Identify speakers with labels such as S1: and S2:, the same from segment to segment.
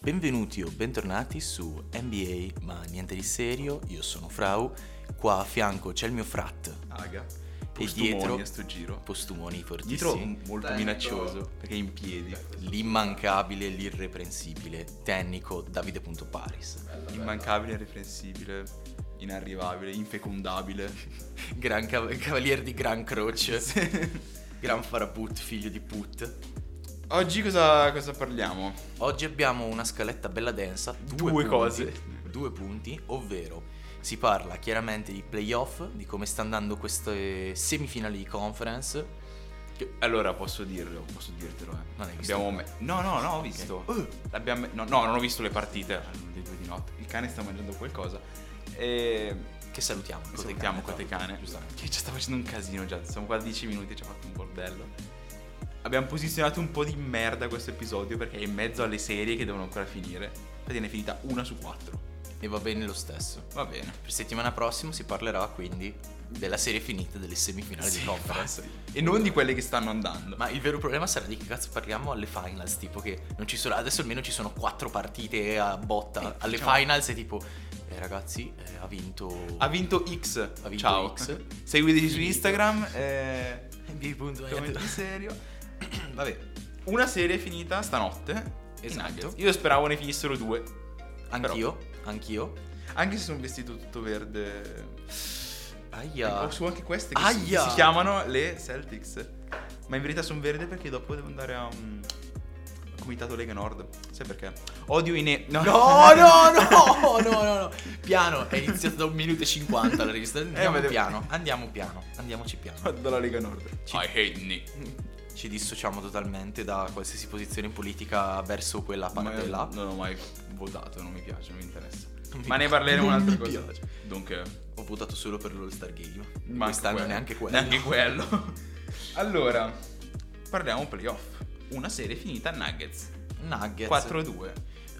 S1: Benvenuti o bentornati su NBA, ma niente di serio, io sono Frau, qua a fianco c'è il mio frat,
S2: Aga.
S1: E
S2: Postumoni
S1: dietro-
S2: a sto giro.
S1: Postumoni
S2: Dietro
S1: fortissimi,
S2: m- molto
S3: Dai,
S2: minaccioso perché è in piedi.
S1: l'immancabile, l'irreprensibile, tecnico Davide.paris,
S3: Bella, bella.
S2: Immancabile, irreprensibile, inarrivabile, infecondabile.
S1: gran cav- cavaliere di gran croce, gran farabut, figlio di put.
S2: Oggi cosa, cosa parliamo?
S1: Oggi abbiamo una scaletta bella densa, due,
S2: Due
S1: punti-
S2: cose.
S1: due punti, ovvero si parla chiaramente di playoff, di come sta andando queste semifinali di conference.
S2: Che- allora posso dirlo, posso dirtelo. Eh.
S1: Non hai visto?
S2: Abbiamo me- no, no, no, ho visto.
S1: Ok.
S2: L'abbiamo me- no, no, non ho visto le partite. erano le due di notte. Il cane sta mangiando qualcosa. Ehm, E
S1: Che salutiamo, Cotecane,
S2: Salutiamo
S1: tra l'altro,
S2: Cotecane,
S1: giustamente.
S2: che ci sta facendo un casino già, siamo qua a 10 minuti e ci ha fatto un bordello. Abbiamo posizionato un po' di merda questo episodio perché è in mezzo alle serie che devono ancora finire. Infatti ne è finita una su quattro.
S1: E va bene lo stesso.
S2: Va bene.
S1: Per settimana prossima si parlerà quindi della serie finita delle semifinali
S2: Sì,
S1: di conference.
S2: infatti. E non di quelle che stanno andando.
S1: Ma il vero problema sarà di che cazzo parliamo alle finals, tipo che non ci sono, adesso almeno ci sono quattro partite a botta.
S2: Eh,
S1: alle
S2: facciamo-
S1: finals è tipo, eh, ragazzi, eh, ha vinto...
S2: ha vinto X.
S1: Ha vinto
S2: Ciao.
S1: X.
S2: Seguiteci su
S1: Finito.
S2: Instagram. Eh,
S1: NBA.net.
S2: commenti serio.
S1: Vabbè,
S2: Una serie è finita stanotte. i
S1: Esatto.
S2: Nuggets. Io speravo ne finissero due.
S1: anch'io, anch'io.
S2: Anche se sono vestito tutto verde.
S1: Aia.
S2: Ho su anche queste che si-
S1: Aia.
S2: si chiamano le Celtics. Ma in verità sono verde perché dopo devo andare a un comitato Lega Nord. Sai perché? Odio i ne...
S1: No, no, no, no, no, no. Piano, è iniziato da un minuto e 50 la rivista. Andiamo
S2: ma devo-
S1: piano, andiamo piano, andiamoci piano.
S2: Odio la Lega Nord.
S1: Ci-
S2: hate me.
S1: Ci dissociamo totalmente da qualsiasi posizione politica verso quella parte là.
S2: Non ho mai votato, non mi piace, non mi interessa.
S1: mi
S2: Ma
S1: piace.
S2: ne parleremo
S1: Non
S2: un'altra
S1: mi
S2: cosa.
S1: piace.
S2: Dunque...
S1: Ho votato solo per l'All-Star Game.
S2: ma anche
S1: Quest'anno neanche quello.
S2: Neanche quello. allora, parliamo playoff. Una serie finita Nuggets.
S1: Nuggets.
S2: 4-2.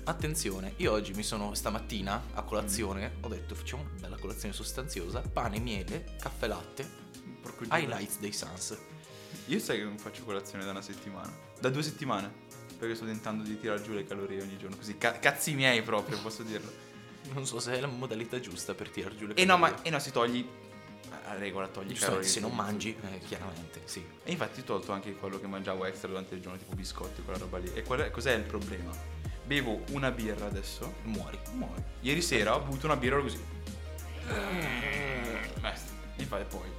S1: Attenzione, io oggi mi sono stamattina a colazione,
S2: Mm.
S1: ho detto facciamo una bella colazione sostanziosa, pane, miele, caffè latte,
S2: Porco Dio.
S1: highlights dei Suns.
S2: Io sai che non faccio colazione da una settimana. Da due settimane. Perché sto tentando di tirar giù le calorie ogni giorno. Così ca- cazzi miei proprio, posso dirlo.
S1: Non so se è la modalità giusta per tirar giù le
S2: E Eh no, ma
S1: calorie.
S2: e no, si togli. A regola, togli le
S1: Giustamente,
S2: calorie.
S1: Cioè, se non mangi, eh, chiaramente, sì.
S2: E infatti ho tolto anche quello che mangiavo extra durante il giorno, tipo biscotti, quella roba lì. E qual è- cos'è il problema? Bevo una birra adesso.
S1: Muori.
S2: Muoio. Ieri sera ho bevuto una birra così.
S1: Eh.
S2: Basta. Infatti poi.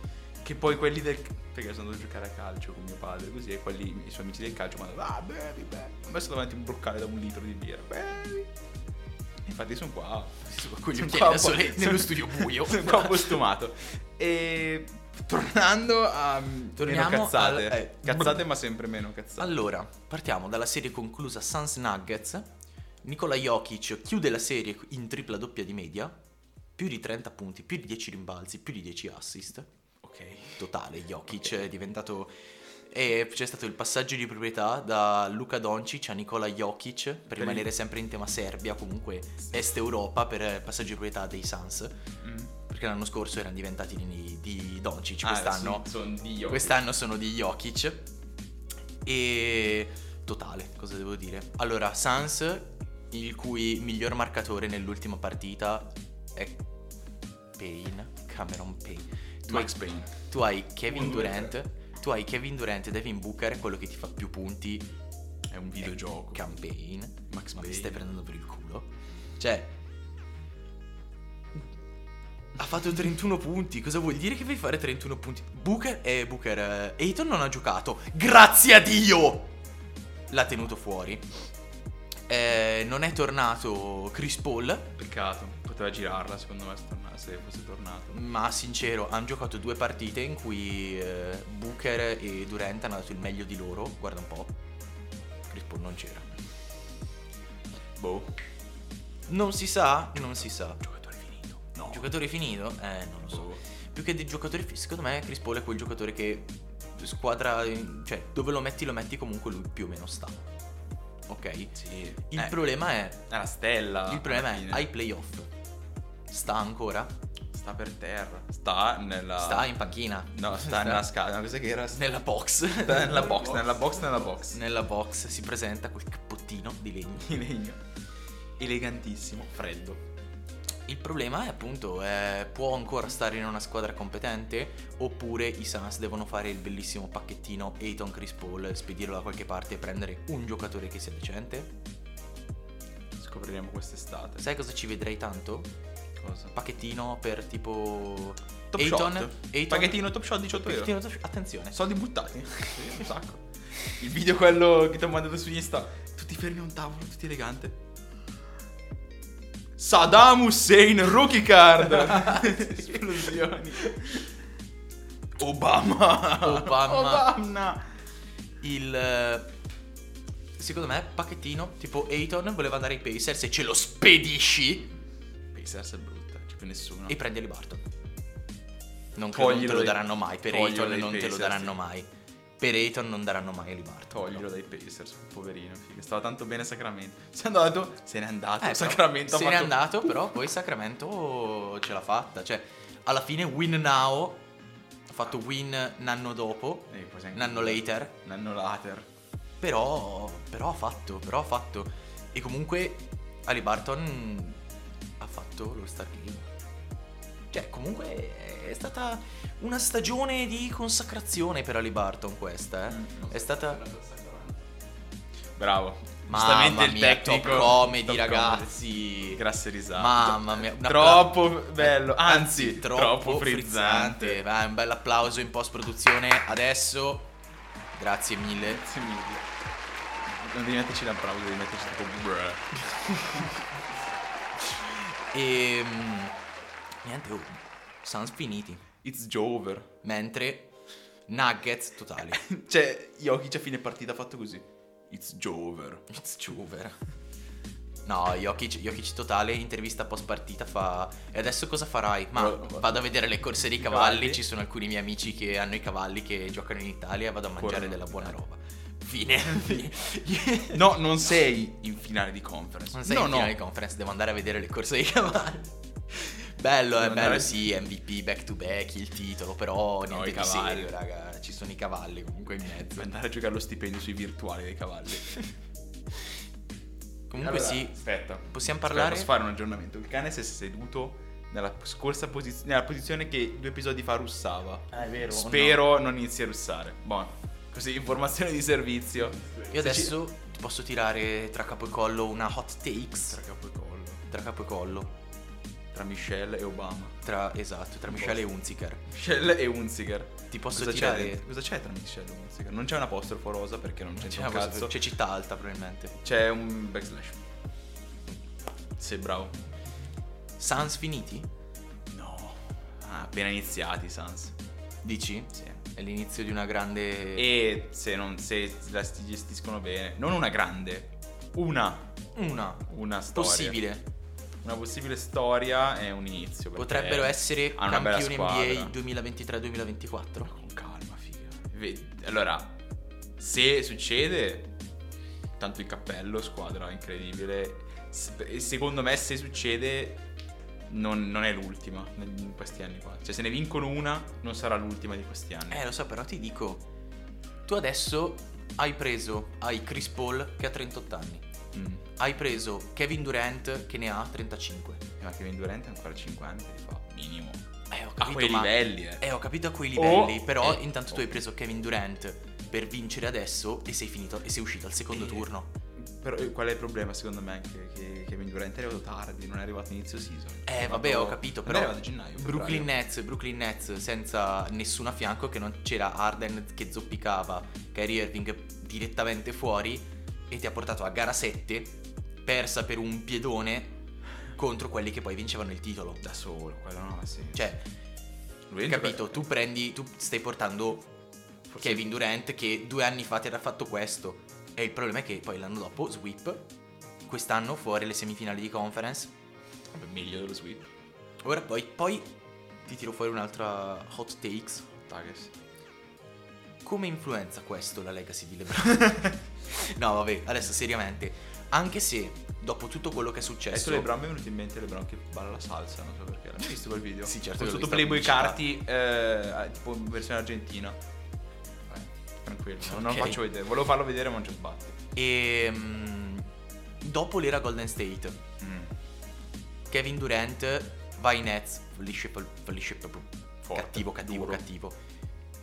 S2: Che poi quelli del. Perché sono andato a giocare a calcio con mio padre, così, e quelli, i suoi amici del calcio, mi hanno detto, ah, bevi, bevi. Ho messo davanti un boccale da un litro di birra, bevi. Infatti sono qua.
S1: Con gli
S2: sono
S1: occhiali
S2: qua
S1: da
S2: un po'-
S1: sole nello studio buio.
S2: sono qua costumato. E tornando a.
S1: Torniamo
S2: meno cazzate.
S1: al- eh,
S2: cazzate, ma sempre meno cazzate.
S1: Allora, partiamo dalla serie conclusa Suns Nuggets. Nicola Jokic chiude la serie in tripla doppia di media, più di 30 punti, più di 10 rimbalzi, più di 10 assist.
S2: ok.
S1: Totale, Jokic è diventato... e c'è stato il passaggio di proprietà da Luca Doncic a Nicola Jokic per,
S2: il-
S1: rimanere sempre in tema Serbia, comunque Est Europa per eh, passaggio di proprietà dei Suns.
S2: Mm.
S1: Perché l'anno scorso erano diventati di, di Doncic,
S2: Ah,
S1: quest'anno
S2: sì, sono Dio.
S1: Quest'anno sono di Jokic e totale, cosa devo dire? Allora, Sans, il cui miglior marcatore nell'ultima partita è Payne, Cameron Payne. Tu,
S2: Max
S1: hai,
S2: Payne.
S1: tu hai Kevin
S3: Uno, due,
S1: Durant, tu hai Kevin Durant e Devin Booker, quello che ti fa più punti,
S2: È un videogioco.
S1: Eh, campaign.
S2: Max
S1: Ma mi
S2: Payne.
S1: stai prendendo per il culo? Cioè ha fatto 31 punti. Cosa vuol dire che devi fare 31 punti? Booker e Booker eh, Ayton non ha giocato. Grazie a Dio! L'ha tenuto fuori. Eh, non è tornato Chris Paul,
S2: Peccato, poteva girarla secondo me se torna- se fosse tornato.
S1: ma sincero, hanno giocato due partite in cui eh, Booker e Durant hanno dato il meglio di loro. Guarda un po'. Chris Paul non c'era.
S2: Boh.
S1: Non si sa, non si sa.
S2: Giocatore finito. No.
S1: Giocatore finito? Eh, non lo so.
S2: Boh.
S1: Più che dei giocatori, fi- secondo me Chris Paul è quel giocatore che squadra, cioè dove lo metti lo metti comunque lui più o meno sta. Ok?
S2: Sì.
S1: Il
S2: Eh,
S1: problema è
S2: è la stella.
S1: il problema
S2: alla
S1: è
S2: fine.
S1: ai playoff. Sta ancora?
S2: Sta per terra. Sta nella.
S1: Sta in panchina.
S2: No, sta nella scala. No, cos'è che era?
S1: nella box.
S2: Sta nella box, nella box, nella box.
S1: Nella box si presenta quel cappottino di legno.
S2: Di legno. elegantissimo, freddo.
S1: Il problema è appunto, eh, può ancora stare in una squadra competente oppure i Suns devono fare il bellissimo pacchettino Ayton Chris Paul, spedirlo da qualche parte e prendere un giocatore che sia decente?
S2: Scopriremo quest'estate.
S1: Sai cosa ci vedrei tanto?
S2: cosa?
S1: Pacchettino per tipo...
S2: Top
S1: Ayton,
S2: Shot.
S1: Ayton-
S2: Pacchettino Top Shot 18 euro.
S1: Pacchettino top- Attenzione.
S2: Soldi buttati. Sì, un sacco. Il video quello che ti ho mandato su Insta. Tutti fermi a un tavolo, tutti elegante. Saddam Hussein rookie card. Esplosioni. Obama.
S1: Obama.
S2: Obama.
S1: il eh, secondo me pacchettino tipo Ayton voleva andare ai Pacers e ce lo spedisci
S2: Pacers è brutta,
S1: cioè,
S2: c'è più nessuno.
S1: e prendi il Barton non, credo, non
S2: Toglilo
S1: te lo
S2: dai-
S1: daranno mai per
S2: toglilo
S1: Ayton
S2: dai
S1: non te lo
S2: Pacers,
S1: daranno
S2: sì.
S1: mai per Ayton non daranno mai Barton
S2: Toglilo dai Pacers, poverino. figa. Stava tanto bene a Sacramento. Se è andato, se n'è andato.
S1: Eh,
S2: Sacramento
S1: Sacramento
S2: ha
S1: se n'è
S2: fatto-
S1: andato però poi Sacramento ce l'ha fatta cioè alla fine win now ha fatto win un anno dopo
S2: Eh, poi sei
S1: un
S2: anche-
S1: anno later
S2: Un anno later.
S1: Però, però ha fatto, però ha fatto. E comunque Ali Barton ha fatto lo Star Game. Cioè, comunque è stata una stagione di consacrazione per Ali Barton questa, eh.
S2: Mm,
S1: È stata
S2: Bravo.
S1: mamma
S2: Giustamente il
S1: mia,
S2: tecnico
S1: top comedy,
S2: top
S1: ragazzi.
S2: Grasse risate.
S1: Mamma mia, un
S2: troppo bello, anzi, troppo, frizzante.
S1: frizzante. Vai, un bel applauso in post produzione adesso. Grazie mille.
S2: Grazie mille. Non devi metterci l'applauso, devi metterci tipo bruh.
S1: E mm, niente, oh, Suns finiti.
S2: It's Jover.
S1: Mentre Nuggets totali.
S2: Cioè, Jokic a fine partita ha fatto così. It's Jover.
S1: It's Juver. No, Jokic, Jokic totale, intervista post partita fa... E adesso cosa farai? Ma
S2: Guarda, guarda.
S1: vado a vedere le corse dei
S2: I
S1: cavalli.
S2: cavalli.
S1: ci sono alcuni miei amici che hanno i cavalli che giocano in Italia, vado a mangiare
S2: Corrono. Eh.
S1: della buona roba. Fine. Fine.
S2: No, non sei in finale di conference.
S1: non sei
S2: no,
S1: in
S2: no.
S1: finale conference, devo andare a vedere le corse dei cavalli. Bello,
S2: Devo
S1: è bello,
S2: andare-
S1: sì, MVP back to back, il titolo, però
S2: No,
S1: niente
S2: i
S1: di serio,
S2: cavalli.
S1: raga, ci sono i cavalli comunque in mezzo.
S2: Devo andare a giocare lo stipendio sui virtuali dei cavalli.
S1: Comunque
S2: Allora,
S1: sì,
S2: Aspetta.
S1: possiamo
S2: Aspetta,
S1: parlare?
S2: posso fare un aggiornamento? Il cane si è seduto nella scorsa posizione, nella posizione che due episodi fa russava.
S1: Ah, è vero.
S2: Spero non inizi a russare. Buono. Così, informazione di servizio.
S1: Io adesso ti posso tirare tra capo e collo una hot
S2: Tra
S1: takes.
S2: capo e collo.
S1: Tra capo e collo.
S2: Tra Michelle e Obama.
S1: Tra, esatto, tra
S2: Un
S1: Michele e
S2: posto.
S1: Unziker.
S2: Michelle e Hunziker.
S1: Ti posso
S2: Cosa c'è,
S1: tirare.
S2: dentro? cosa c'è tra Michelle e Hunziker? Non c'è un apostrofo rosa perché non c'è,
S1: C'è,
S2: un
S1: una cosa-
S2: cazzo.
S1: Cioè, c'è città alta, probabilmente.
S2: C'è un backslash. Sei bravo.
S1: Sans finiti?
S2: No. Ah, appena iniziati, Sans.
S1: Dici?
S2: Sì.
S1: È l'inizio di una grande.
S2: E se, non, se la si gestiscono bene, non una grande, una,
S1: Una.
S2: una storia.
S1: Possibile.
S2: Una possibile storia è un inizio. perché
S1: Potrebbero essere
S2: ha una bella
S1: campioni
S2: squadra.
S1: NBA 2023-2024.
S2: Con calma, figa. Ve- Allora, se succede, tanto il cappello, squadra incredibile. S- e secondo me, se succede, non, non è l'ultima neg- in questi anni qua. Cioè, se ne vincono una, non sarà l'ultima di questi anni.
S1: Eh, lo so, però ti dico. Tu adesso hai preso. Hai Chris Paul che ha 38 anni.
S2: Mm.
S1: Hai preso Kevin Durant che ne ha 35.
S2: Eh, Ma Kevin Durant ha ancora 5 anni che li fa, minimo.
S1: Eh, ho capito,
S2: A quei
S1: ma-
S2: livelli, eh.
S1: Eh, ho capito a quei
S2: O-
S1: livelli, però
S2: eh,
S1: intanto tu
S2: oh.
S1: hai preso Kevin Durant per vincere adesso e sei finito e sei uscito al secondo
S2: Eh.
S1: turno.
S2: Però eh, qual è il problema secondo me? Che, che Kevin Durant è arrivato tardi, non è arrivato inizio season.
S1: Eh, vabbè, ho capito,
S2: Non
S1: però
S2: È arrivato a gennaio.
S1: Brooklyn
S2: febbraio.
S1: Nets, Brooklyn Nets senza nessuno a fianco che non c'era Arden che zoppicava, Kyrie Irving direttamente fuori e ti ha portato a gara 7 persa per un piedone contro quelli che poi vincevano il titolo.
S2: da solo, quello no, sì.
S1: Cioè,
S2: Lui è
S1: capito,
S2: il-
S1: tu prendi, tu stai portando
S2: forse-
S1: Kevin Durant che due anni fa ti era fatto questo e il problema è che poi l'anno dopo sweep quest'anno fuori le semifinali di conference
S2: Vabbè, meglio dello sweep.
S1: ora poi poi ti tiro fuori un'altra hot takes
S2: Tages.
S1: come influenza questo la legacy di LeBron no vabbè adesso seriamente anche se dopo tutto quello che è
S2: Adesso
S1: successo
S2: LeBron mi è venuto in mente LeBron che balla la salsa, non so perché. L'hai visto quel video?
S1: Sì, certo
S2: Con
S1: che l'ho vista,
S2: sotto Playboy
S1: pubblicità.
S2: Carti, eh, tipo in versione argentina. Eh, tranquillo, non lo
S1: Ok.
S2: faccio vedere. Volevo farlo vedere ma non ci sbatti.
S1: E mm, dopo l'era Golden State.
S2: Mm.
S1: Kevin Durant va in Nets, fallisce, pal- fallisce proprio
S2: Forte,
S1: cattivo, cattivo,
S2: duro.
S1: cattivo.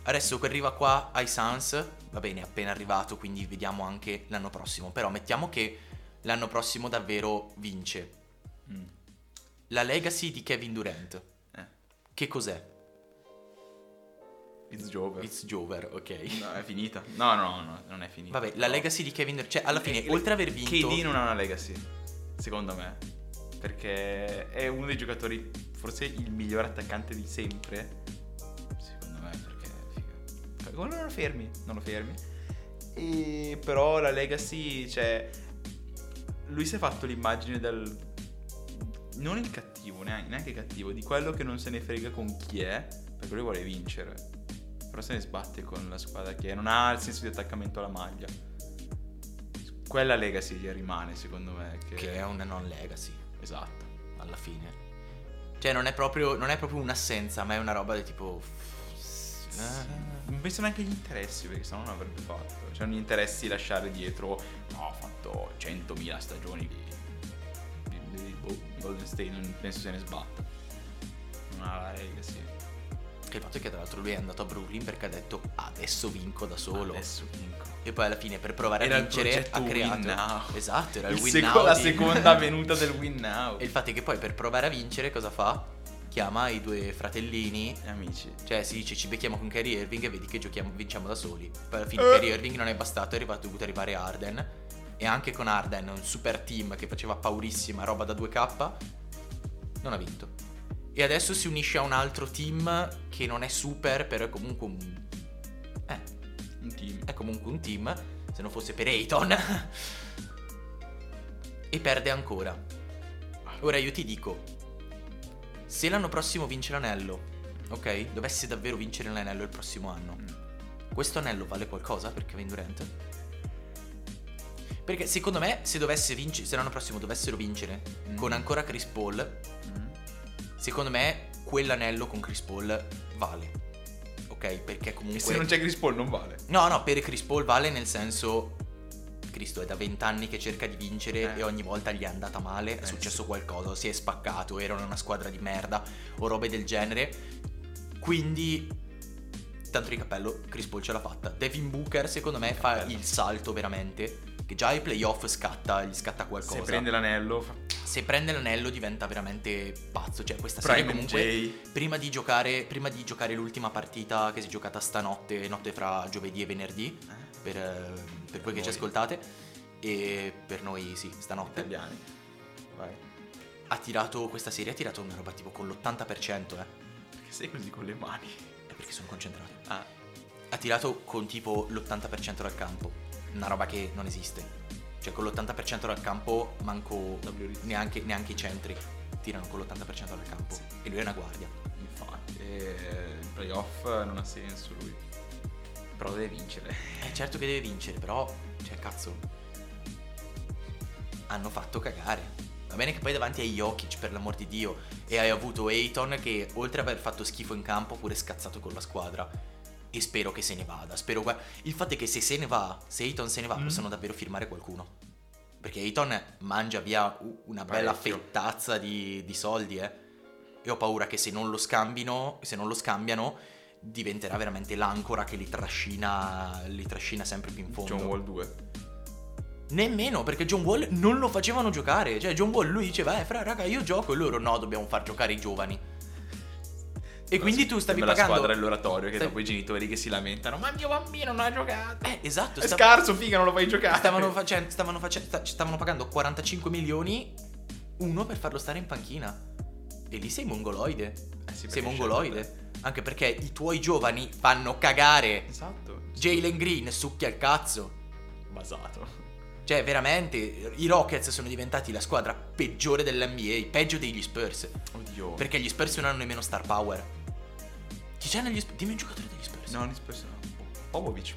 S1: Adesso che arriva qua ai Suns, va bene, è appena arrivato, quindi vediamo anche l'anno prossimo. Però mettiamo che l'anno prossimo davvero vince.
S2: Mm.
S1: La legacy di Kevin Durant,
S2: Eh.
S1: che cos'è?
S2: It's Jover.
S1: It's Jover, ok.
S2: No, è finita. No, no, no, non è finita.
S1: Vabbè, la
S2: No.
S1: legacy di Kevin Durant, cioè alla fine,
S2: Eh,
S1: oltre ad aver vinto...
S2: KD non ha una legacy, secondo me. Perché è uno dei giocatori, forse il miglior attaccante di sempre. Secondo me, perché figa. Come non lo fermi? Non lo fermi. E però la legacy, cioè. Lui si è fatto l'immagine del. Non il cattivo, neanche, neanche cattivo, di quello che non se ne frega con chi è, perché lui vuole vincere. Però se ne sbatte con la squadra che è, non ha il senso di attaccamento alla maglia. Quella legacy gli rimane, secondo me. Che,
S1: Che è una non legacy.
S2: Esatto.
S1: alla fine. Cioè, non è proprio, non è proprio un'assenza, ma è una roba del tipo. Eh,
S2: Non penso neanche agli interessi, perché sennò non avrebbe fatto. Cioè, non gli interessi lasciare dietro. No, ho fatto 100.000 stagioni di. di, di- boh, di Golden State, non penso se ne sbatta. Non ha la legacy.
S1: Che il fatto è che, tra l'altro, lui è andato a Brooklyn perché ha detto adesso vinco da solo.
S2: Adesso vinco.
S1: E poi alla fine, per provare
S2: Era
S1: a
S2: il
S1: vincere,
S2: progetto
S1: ha creato.
S2: Win Now.
S1: Esatto, era il,
S2: Il
S1: win
S2: seco-
S1: now
S2: la
S1: di-
S2: seconda venuta del Win Now.
S1: E il fatto è che poi, per provare a vincere, cosa fa? Chiama i due fratellini.
S2: Eh, Amici.
S1: Cioè, si dice ci becchiamo con Kyrie Irving e vedi che giochiamo, vinciamo da soli. Poi alla fine
S2: Eh.
S1: Kyrie Irving non è bastato, è arrivato, è dovuto arrivare Arden. E anche con Arden, un super team che faceva paurissima roba da 2K, non ha vinto. E adesso si unisce a un altro team che non è super, però è comunque un... Eh,
S2: Un team.
S1: è comunque un team, se non fosse per Ayton. e perde ancora. Ora io ti dico, se l'anno prossimo vince l'anello, ok? Dovesse davvero vincere l'anello il prossimo anno,
S2: Mm.
S1: questo anello vale qualcosa per Kevin Durant? Perché secondo me se dovesse vincere, se l'anno prossimo dovessero vincere
S2: Mm.
S1: con ancora Chris Paul,
S2: Mm.
S1: secondo me quell'anello con Chris Paul vale. Ok? Perché comunque
S2: E se non c'è Chris Paul, non vale.
S1: No, no, per Chris Paul vale nel senso. Cristo è da vent'anni che cerca di vincere
S2: Eh.
S1: e ogni volta gli è andata male, è
S2: Eh,
S1: successo qualcosa, si è spaccato, erano una squadra di merda o robe del genere. Quindi, tanto di cappello, Chris Paul ce l'ha fatta. Devin Booker, secondo me, fa
S2: Cappello.
S1: il salto veramente. Che già ai playoff scatta, gli scatta qualcosa.
S2: Se prende l'anello, fa
S1: Se prende l'anello diventa veramente pazzo. Cioè, questa serie
S2: Prime
S1: comunque
S2: MJ.
S1: prima di, giocare, prima di giocare l'ultima partita che si è giocata stanotte, notte fra giovedì e venerdì,
S2: Eh,
S1: per, eh, per voi che ci
S2: Voi.
S1: ascoltate, e per noi sì, stanotte,
S2: Italiani. Vai.
S1: ha tirato questa serie, ha tirato una roba tipo con l'80%, eh,
S2: Perché sei così con le mani?
S1: è perché sono concentrato.
S2: Ah.
S1: Ha tirato con tipo l'80% dal campo, una roba che non esiste. Cioè con l'80% dal campo manco
S2: WRC.
S1: neanche, neanche i centri tirano con l'80% dal campo.
S2: Sì.
S1: E lui è una guardia.
S2: Infatti, eh, il playoff non ha senso lui. Però deve vincere.
S1: Eh, certo che deve vincere, però, cioè, cazzo, hanno fatto cagare. Va bene che poi davanti a Jokic, per l'amor di Dio, e hai avuto Ayton che, oltre ad aver fatto schifo in campo, ha pure scazzato con la squadra. E spero che se ne vada. Spero gua- Il fatto è che se se ne va, se Ayton se ne va,
S2: Mm.
S1: possono davvero firmare qualcuno. Perché Ayton mangia via u- una bella
S2: Parecchio.
S1: fettazza di, di soldi, eh. E ho paura che se non lo scambino, se non lo scambiano, diventerà veramente l'ancora che li trascina, li trascina sempre più in fondo.
S2: John Wall 2.
S1: Nemmeno perché John Wall non lo facevano giocare. Cioè, John Wall lui diceva, eh, fra, raga, io gioco. E loro, no, dobbiamo far giocare i giovani. E quindi tu stavi
S2: Sembra
S1: pagando.
S2: la squadra dell'oratorio che
S1: Stavi-
S2: dopo i genitori che si lamentano. Ma il mio bambino non ha giocato.
S1: Eh, esatto.
S2: È
S1: sta-
S2: scarso, figa, non lo fai giocare.
S1: stavano, facendo, stavano, facendo, sta- stavano pagando 45 milioni uno per farlo stare in panchina. E lì sei mongoloide.
S2: Eh sì, perché
S1: sei
S2: scelta
S1: mongoloide. Anche perché i tuoi giovani fanno cagare.
S2: Esatto.
S1: Jalen Green succhia il cazzo.
S2: Basato.
S1: Cioè, veramente, i Rockets sono diventati la squadra peggiore dell'NBA, peggio degli Spurs.
S2: Oddio.
S1: Perché gli Spurs non hanno nemmeno star power. Chi c'è negli Spurs? Dimmi un giocatore degli Spurs.
S2: No, gli Spurs no. Popovic.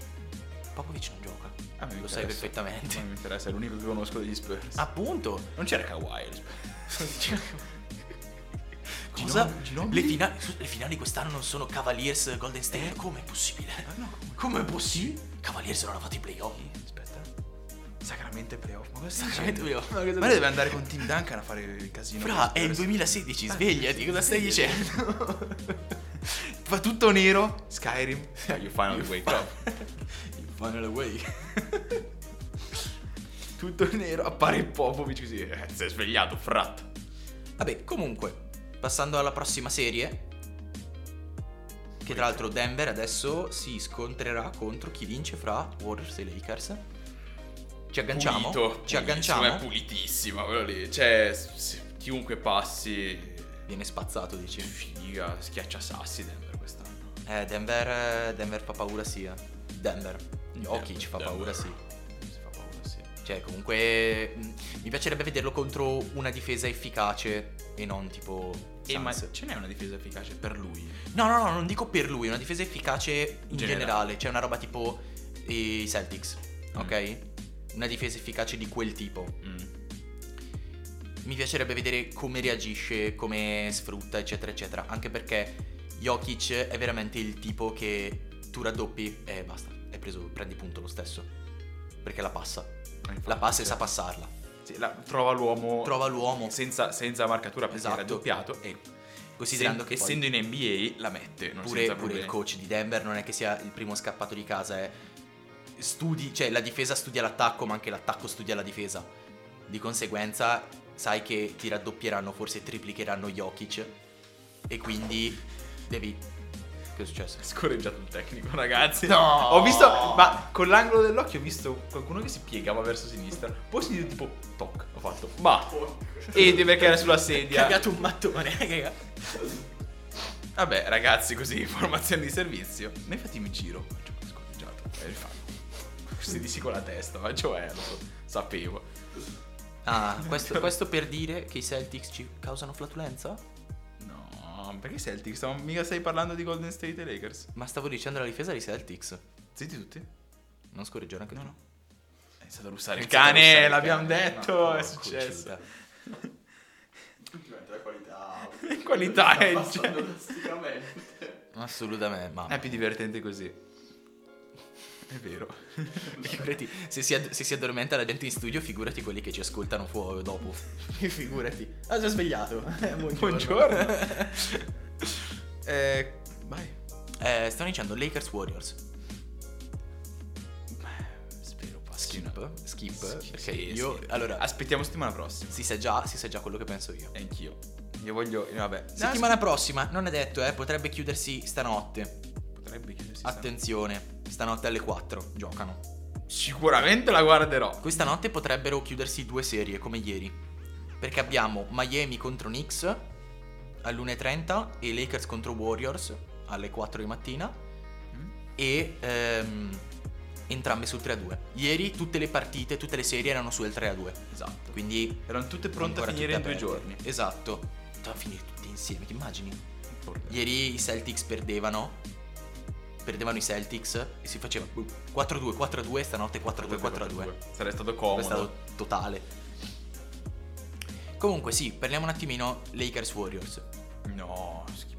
S1: Popovic non gioca.
S2: A me mi
S1: Lo sai
S2: interessa.
S1: perfettamente. Ah.
S2: Non mi interessa, è l'unico che conosco degli Spurs.
S1: Appunto.
S2: Non c'era Kawhi. agli Spurs.
S1: Cosa?
S2: Ginobili- Ginobili?
S1: Le, fina- le finali quest'anno non sono Cavaliers Golden State? Come è possibile?
S2: Ah, no, come?
S1: Come è possibile? Cavaliers non hanno fatto i playoff.
S2: Aspetta. Sacramento e playoff. Ma cosa
S1: Sacramento
S2: stai dicendo?
S1: playoff, ma cosa
S2: Ma
S1: stai-
S2: lei deve andare con Tim Duncan a fare il casino.
S1: Fra, è
S2: per-
S1: il
S2: Ah,
S1: 2016, svegliati, cosa stai dicendo?
S2: Fa tutto nero. Skyrim. you finally wake up.
S1: Il Final Way.
S2: Tutto nero. Appare Popovic così. Eh, si è svegliato, frat.
S1: Vabbè, comunque, passando alla prossima serie. Che tra l'altro Denver adesso si scontrerà contro chi vince fra Warriors e Lakers. Ci agganciamo?
S2: Pulito,
S1: Ci
S2: pulito,
S1: agganciamo?
S2: È pulitissima, quello lì. Cioè, se- chiunque passi.
S1: Viene spazzato,
S2: Che
S1: dici.
S2: figa, schiaccia sassi Denver quest'anno.
S1: Eh, Denver, Denver fa paura, sì. eh. Denver. Jokic
S2: Denver-
S1: fa paura,
S2: Denver.
S1: sì.
S2: Si fa paura, sì.
S1: Cioè, comunque, mh, mi piacerebbe vederlo contro una difesa efficace e non tipo.
S2: E ma
S1: Suns.
S2: ce n'è una difesa efficace per lui?
S1: No, no, no, non dico per lui, una difesa efficace in
S2: Generale.
S1: generale, cioè una roba tipo eh, i Celtics,
S2: Mm.
S1: ok? Una difesa efficace di quel tipo.
S2: Mm.
S1: Mi piacerebbe vedere come reagisce, come sfrutta, eccetera, eccetera. Anche perché Jokic è veramente il tipo che tu raddoppi e basta, è preso, prendi punto lo stesso. Perché la passa. La passa e sa passarla.
S2: Sì, la- trova l'uomo.
S1: Trova l'uomo.
S2: Senza, senza marcatura perché
S1: Esatto.
S2: era doppiato e
S1: Considerando
S2: sen-
S1: che poi-
S2: essendo in NBA la mette. Non
S1: Pure,
S2: senza
S1: pure il
S2: problemi.
S1: coach di Denver non è che sia il primo scappato di casa, è studi, cioè la difesa studia l'attacco, ma anche l'attacco studia la difesa. Di conseguenza, sai che ti raddoppieranno, forse triplicheranno Jokic. E quindi devi. Che è successo?
S2: È scorreggiato il tecnico, ragazzi.
S1: No!
S2: Ho visto, ma con l'angolo dell'occhio ho visto qualcuno che si piegava verso sinistra. Poi ho sentito tipo toc. Ho fatto ma. E di- perché era sulla
S1: Ha
S2: sedia.
S1: cagato un mattone, raga.
S2: Vabbè, ragazzi, così informazioni di servizio. Noi infatti mi giro, faccio una scorreggiata e rifanno. Si dici con la testa, ma cioè, lo so, sapevo.
S1: Ah, questo, questo per dire che i Celtics ci causano flatulenza?
S2: No, perché Celtics? Stavo- Mica stai parlando di Golden State e Lakers.
S1: Ma stavo dicendo la difesa dei Celtics.
S2: Zitti tutti.
S1: Non scorreggiare anche
S2: No,
S1: tu.
S2: no. È stato russare il
S1: È stato russare
S2: cane,
S1: il
S2: l'abbiamo
S1: cane.
S2: detto,
S1: Ma
S2: è
S1: porco
S2: successo.
S1: Giuda.
S3: la qualità.
S2: Qualità
S3: Sta
S2: è-
S3: abbassando drasticamente.
S1: Assolutamente, mamma.
S2: È più divertente così. È vero.
S1: Figurati, se si, ad- se si addormenta la gente in studio, figurati quelli che ci ascoltano fuori dopo. figurati. Ah, già svegliato.
S2: Buongiorno. eh, vai.
S1: Eh, stanno dicendo Lakers Warriors.
S2: Spero passi.
S1: Skip. Skip.
S2: Skip,
S1: Perché
S2: sì,
S1: io.
S2: sì.
S1: Allora,
S2: Aspettiamo settimana prossima.
S1: si, sa già, si sa già quello che penso io.
S2: E anch'io. Io voglio. Vabbè.
S1: Settimana prossima, non è detto, eh, potrebbe chiudersi stanotte.
S2: potrebbe chiudersi.
S1: Attenzione, stanotte alle 4 giocano.
S2: stampa. Sicuramente la guarderò.
S1: Questa notte potrebbero chiudersi due serie come ieri. Perché abbiamo Miami contro Knicks all'1.30 e Lakers contro Warriors alle 4 di mattina
S2: Mm?
S1: e ehm, entrambe sul 3-2. Ieri tutte le partite, tutte le serie erano sul 3-2.
S2: Esatto.
S1: Quindi
S2: Erano tutte pronte a
S1: ancora
S2: finire in
S1: tutte
S2: due
S1: aperte.
S2: giorni.
S1: Esatto. Da finire tutte insieme, ti immagini?
S2: Porca.
S1: Ieri i Celtics perdevano. Perdevano i Celtics e si faceva boh, 4-2, 4-2, stanotte 4-2, 4-2.
S2: Sarebbe stato comodo.
S1: È stato totale. Comunque sì, parliamo un attimino Lakers Warriors.
S2: No, schifo.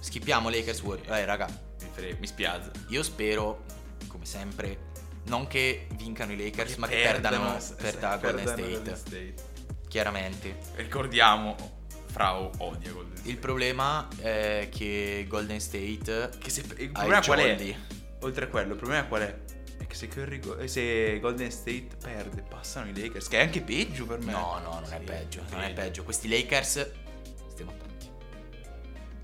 S1: Schippiamo Lakers Warriors. Eh raga,
S2: Mi, fre- mi spiazza.
S1: io spero, come sempre, non che vincano i Lakers, ma che, perdano,
S2: s-
S1: perda
S2: s-
S1: Golden
S2: perdano
S1: State.
S2: Golden State.
S1: Chiaramente.
S2: Ricordiamo, Frau odia Golden State.
S1: Il problema è che Golden State...
S2: Che se- il
S1: ha i
S2: problema qual è? Eh.
S1: jolly.
S2: Oltre a quello, il problema qual è? È che se, Curry go- eh, se Golden State perde, passano i Lakers, che è anche peggio per me.
S1: No, no, non è
S2: Sì,
S1: peggio. Non è peggio. Questi Lakers... Stiamo attenti.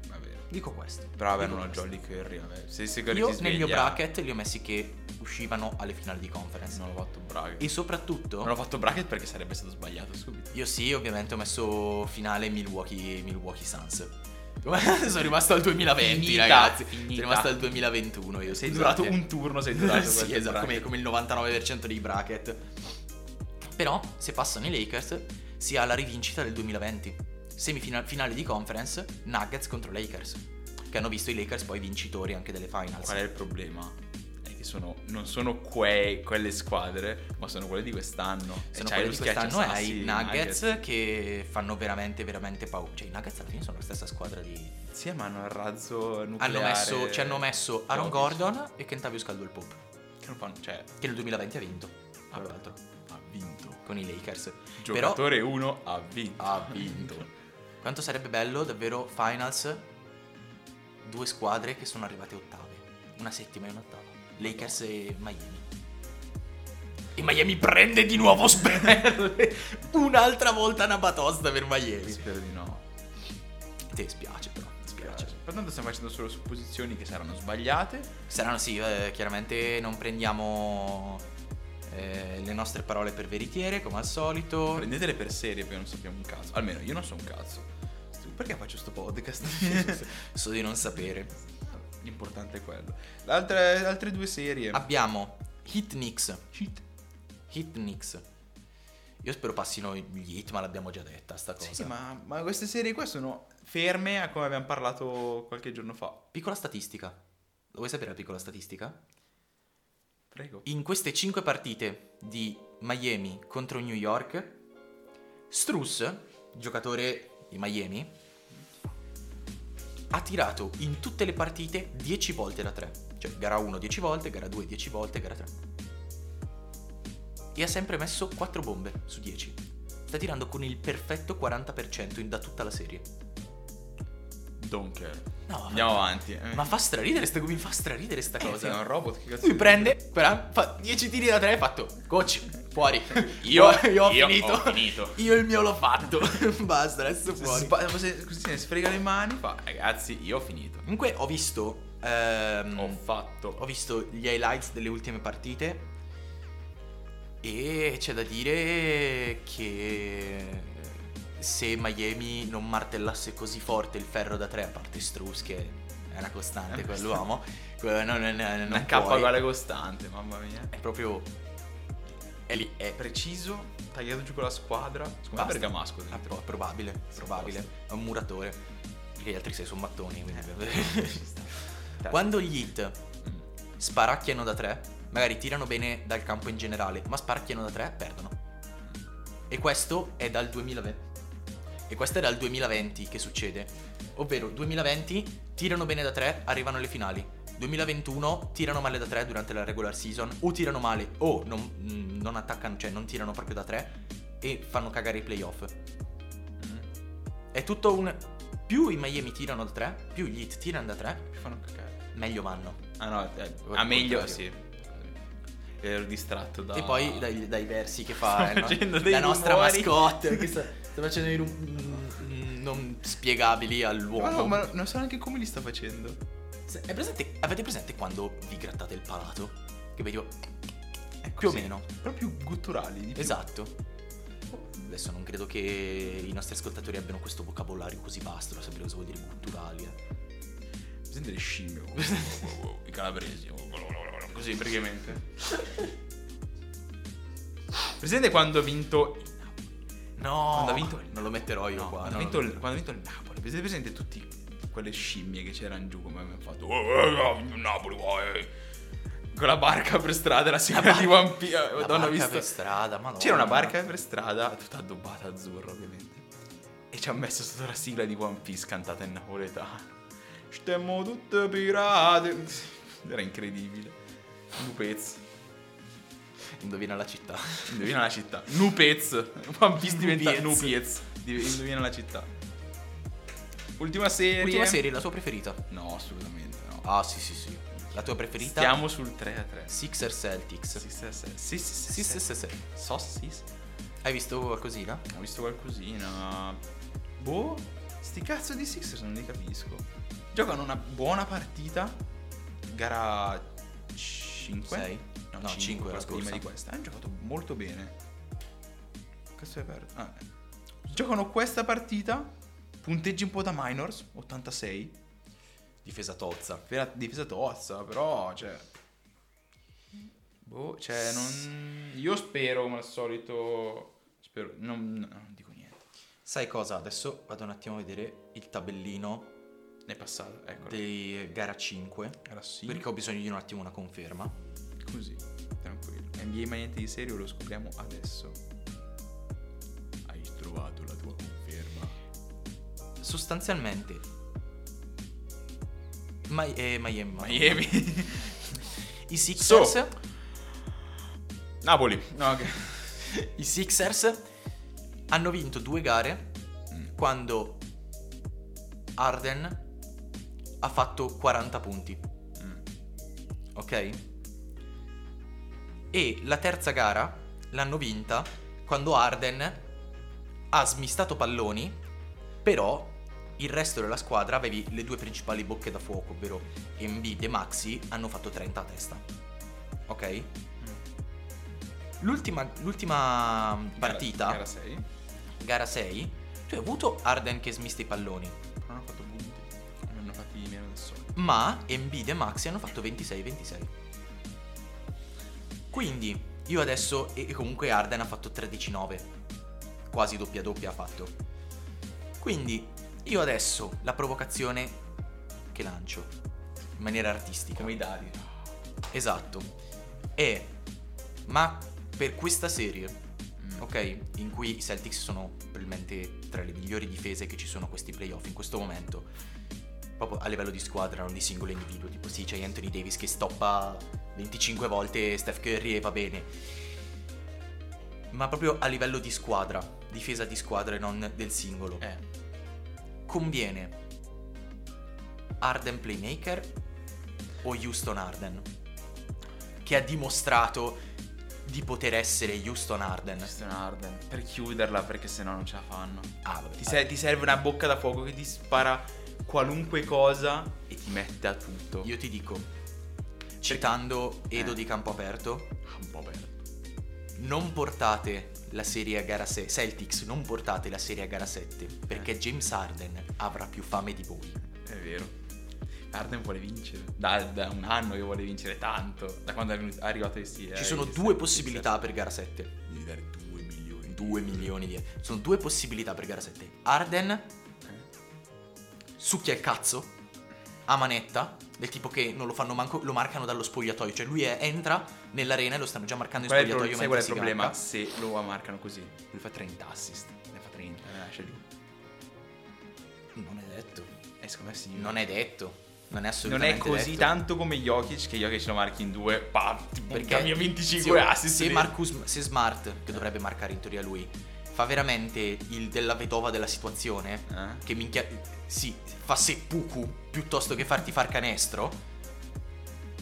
S2: Vabbè.
S1: Dico questo.
S2: Però vabbè,
S1: Dico
S2: non ho
S1: questo.
S2: Jolly Curry, vabbè. Se, se Curry
S1: Io
S2: si
S1: nel mio
S2: sveglia-
S1: bracket li ho messi che uscivano alle finali di conference.
S2: Non l'ho fatto bracket.
S1: E soprattutto...
S2: Non l'ho fatto bracket perché sarebbe stato sbagliato subito.
S1: Io sì, ovviamente ho messo finale Milwaukee, Milwaukee Suns. sono rimasto al 2020,
S2: Finita,
S1: ragazzi.
S2: finita.
S1: Sono rimasto al 2021. Io
S2: Sei
S1: scusate.
S2: durato un turno, sei durato.
S1: sì,
S2: questo
S1: esatto,
S2: bracket.
S1: come, come il 99% dei bracket. Però, se passano i Lakers, si ha la rivincita del 2020. Semifinale finale di conference, Nuggets contro Lakers. Che hanno visto i Lakers poi vincitori anche delle finals.
S2: Qual è il problema? È che sono, non sono que- quelle squadre, ma sono quelle di quest'anno.
S1: cioè,
S2: E
S1: Sono
S2: c'hai ah,
S1: quelli
S2: lo
S1: di quest'anno e hai
S2: schiacciasassi,
S1: i Nuggets, che fanno veramente, veramente paura. Cioè, i Nuggets alla fine sono la stessa squadra di,
S2: Sì, ma hanno il razzo nucleare.
S1: Hanno messo, ci hanno messo Aaron
S2: Jokic.
S1: Gordon e Kentavius Caldwell Pop,
S2: Che non fanno, cioè,
S1: che nel 2020 ha vinto. Tra
S2: Vabbè.
S1: l'altro. con i Lakers. Però
S2: Giocatore 1 ha vinto.
S1: ha vinto. Quanto sarebbe bello davvero finals due squadre che sono arrivate ottave, una settima e un'ottava. Lakers e Miami. E Miami prende di nuovo Sperle. Un'altra volta una batosta per Miami.
S2: Spero di no.
S1: Te spiace però, spiace.
S2: Ma tanto stiamo facendo solo supposizioni che saranno sbagliate.
S1: Saranno sì, eh, chiaramente non prendiamo eh, le nostre parole per veritiere come al solito.
S2: Prendetele per serie perché non sappiamo un cazzo. Almeno io non so un cazzo. Stu- Perché faccio sto podcast?
S1: So di non sapere.
S2: L'importante è quello. Le altre, le altre due serie.
S1: Abbiamo Hit Knicks.
S2: Cheat.
S1: Hit Knicks. Io spero passino gli hit, ma l'abbiamo già detta sta cosa.
S2: Sì, ma, ma queste serie qua sono ferme a come abbiamo parlato qualche giorno fa.
S1: Piccola statistica. Lo vuoi sapere la piccola statistica?
S2: Prego.
S1: In queste 5 partite di Miami contro New York, Struss, giocatore di Miami, ha tirato in tutte le partite 10 volte da 3. Cioè, gara 1 10 volte, gara 2 10 volte, gara 3. E ha sempre messo 4 bombe su 10. Sta tirando con il perfetto 40% in- da tutta la serie.
S2: Don't care.
S1: No,
S2: Andiamo avanti. Eh.
S1: Ma fa straridere, sta, mi fa straridere sta
S2: Eh, sì, è un
S1: cosa.
S2: robot che cazzo.
S1: Lui prende, però, fa 10 tiri da 3 e ha fatto, coach, fuori. Io, io ho finito.
S2: finito.
S1: Io il mio l'ho fatto. Basta, adesso
S2: Se
S1: fuori.
S2: sba- se- così se ne sfrega le mani, fa ragazzi, io ho finito.
S1: Comunque ho visto... ehm,
S2: Mm. Ho fatto.
S1: ho visto gli highlights delle ultime partite e c'è da dire che se Miami non martellasse così forte il ferro da tre, a parte Struz che è una costante
S2: Eh,
S1: quell'uomo, que- non, non, non
S2: Una K
S1: puoi.
S2: uguale costante, mamma mia.
S1: è proprio... è lì, è
S2: È preciso, tagliato giù con la squadra. Secondo me
S1: Basta.
S2: è Bergamasco
S1: Ah,
S2: dentro.
S1: pro- probabile,
S2: Sì,
S1: probabile, è un muratore, gli altri sei sono mattoni, quindi...
S2: Eh. Ci sta.
S1: Quando gli hit
S2: Mm.
S1: sparacchiano da tre, magari tirano bene dal campo in generale, ma sparacchiano da tre, perdono. E questo è dal 2020. E questo è dal 2020 che succede. Ovvero 2020 tirano bene da tre, arrivano alle finali. 2021 tirano male da tre durante la regular season o tirano male o non, mm, non attaccano, cioè non tirano proprio da tre e fanno cagare i playoff.
S2: Mm.
S1: È tutto un... Più i Miami tirano da tre, più gli hit tirano da tre,
S2: Ci fanno cacare.
S1: meglio vanno.
S2: Ah no, eh,
S1: Al
S2: a meglio sì.
S1: contrario.
S2: Ero distratto da
S1: E poi dai, dai versi che fa
S2: Sto
S1: eh, no?
S2: facendo dei
S1: la nostra
S2: rumori.
S1: mascotte che sta, sta facendo dei rum- mm, non spiegabili all'uomo.
S2: Ma no, ma non so neanche come li sta facendo.
S1: Se- è presente- avete presente quando vi grattate il palato? Che vedevo più o
S2: Sì,
S1: meno.
S2: Proprio gutturali. Di più.
S1: Esatto. Adesso non credo che i nostri ascoltatori abbiano questo vocabolario così vasto da sapere cosa vuol dire culturali. eh.
S2: Presente le scimmie. oh, oh, oh, oh, I calabresi. oh, oh, oh, oh, Così praticamente. Presente quando ha vinto il Napoli.
S1: No,
S2: Quando ha vinto il-
S1: non lo metterò io
S2: No,
S1: qua.
S2: quando, ha
S1: no,
S2: vinto
S1: no,
S2: il,
S1: no.
S2: quando ha vinto il Napoli. Presente, presente tutti quelle scimmie che c'erano giù come abbiamo fatto. Oh, oh, oh, ha vinto il Napoli. oh, eh. Con la barca per strada, la sigla di One Piece. eh,
S1: La
S2: Madonna, ho
S1: barca
S2: visto.
S1: per strada, madonna.
S2: C'era una barca per strada, tutta addobbata azzurra ovviamente. E ci ha messo sotto la sigla di One Piece cantata in napoletano. Stemmo tutte pirate. Era incredibile. Nupez.
S1: Indovina la città.
S2: Indovina la città. Nupez. One Piece diventa
S1: Nupez.
S2: Nupez. Di- Indovina la città. Ultima serie.
S1: Ultima serie, la tua preferita?
S2: No, assolutamente no.
S1: Ah, sì, sì, sì. La tua preferita?
S2: Stiamo sul 3 a 3.
S1: Sixer Celtics.
S2: Sì, sì, sì.
S1: Sì,
S2: Sì, sì,
S1: sì,
S2: sì.
S1: sì, sì.
S2: Sossis.
S1: Hai visto qualcosina?
S2: Ho visto qualcosina. Boh, sti cazzo di Sixers non li capisco. Giocano una buona partita. Gara 5.
S1: Sei? No, cinque, la
S2: prima
S1: scorsa.
S2: di questa. Hanno giocato molto bene. Cazzo è aperto. Ah, eh. Giocano questa partita. Punteggi un po' da minors, 86.
S1: Difesa tozza.
S2: Vera- difesa tozza, però, cioè... Boh, cioè, non... Io spero, come al solito... Spero... Non, no, non dico niente.
S1: Sai cosa? Adesso vado un attimo a vedere il tabellino
S2: È passato, ecco.
S1: di gara 5.
S2: Era sì.
S1: Perché ho bisogno di un attimo una conferma.
S2: Così, tranquillo. NBA ma niente di serio lo scopriamo adesso. Hai trovato la tua conferma.
S1: Sostanzialmente... Mi- eh, Miami. madonna.
S2: Miami.
S1: I Sixers...
S2: So. Napoli. No, ok.
S1: I Sixers hanno vinto due gare
S2: Mm.
S1: quando Arden ha fatto 40 punti,
S2: Mm.
S1: ok? E la terza gara l'hanno vinta quando Arden ha smistato palloni, però il resto della squadra avevi le due principali bocche da fuoco, ovvero Embiid e Maxi, hanno fatto 30 a testa. Ok?
S2: mm.
S1: L'ultima, l'ultima partita,
S2: Era 6.
S1: gara 6, tu hai avuto Arden che smista i palloni,
S2: Non ho fatto punti. Non hanno fatti meno del solito.
S1: ma Embiid e Maxi hanno fatto 26-26. Quindi io adesso, e e comunque Arden ha fatto 13-9, quasi doppia doppia ha fatto. Quindi io adesso la provocazione che lancio, in maniera artistica.
S2: Come i dadi.
S1: Esatto. E ma per questa serie,
S2: Mm.
S1: ok, in cui i Celtics sono probabilmente tra le migliori difese che ci sono a questi playoff in questo momento, proprio a livello di squadra, non di singolo individuo, tipo sì, c'è Anthony Davis che stoppa 25 volte Steph Curry e va bene. Ma proprio a livello di squadra, difesa di squadra e non del singolo
S2: Eh.
S1: conviene Arden Playmaker o Houston Arden? Che ha dimostrato di poter essere Houston Arden.
S2: Questo è un Harden. Per chiuderla, perché sennò non ce la fanno.
S1: Ah, vabbè.
S2: Ti, se- ti serve una bocca da fuoco che ti spara qualunque cosa e ti mette a tutto.
S1: Io ti dico, citando Edo
S2: Eh.
S1: di campo aperto,
S2: un po' aperto.
S1: non portate la serie a gara 6. Celtics, non portate la serie a gara 7.
S2: Eh.
S1: Perché James Arden avrà più fame di voi.
S2: È vero. Harden vuole vincere. Da, da un anno che vuole vincere tanto. Da quando è venuto- è arrivato il sì.
S1: Ci sono due possibilità per gara 7.
S2: Devi dare 2 milioni.
S1: 2 milioni di Sono due possibilità per gara 7. Arden succhia il cazzo a manetta, del tipo che non lo fanno manco, lo marcano dallo spogliatoio, cioè lui è- entra nell'arena e lo stanno già marcando in
S2: Qual è il, pro-
S1: spogliatoio
S2: sai qual è il
S1: mentre si
S2: problema?
S1: campa.
S2: Se lo marcano così, lui fa 30 assist. Ne fa 30, ne lascia giù.
S1: Non è detto.
S2: E secondo me sì.
S1: Non è detto. Non è
S2: Non
S1: assolutamente
S2: è così
S1: detto.
S2: tanto come Jokic che Jokic lo marchi in due, pam, ti
S1: Perché
S2: cambia 25
S1: se,
S2: assist.
S1: se
S2: lì.
S1: Marcus- se Smart, che dovrebbe marcare in teoria lui, fa veramente il della vedova della situazione,
S2: Eh?
S1: che minchia sì, fa seppuku piuttosto che farti far canestro,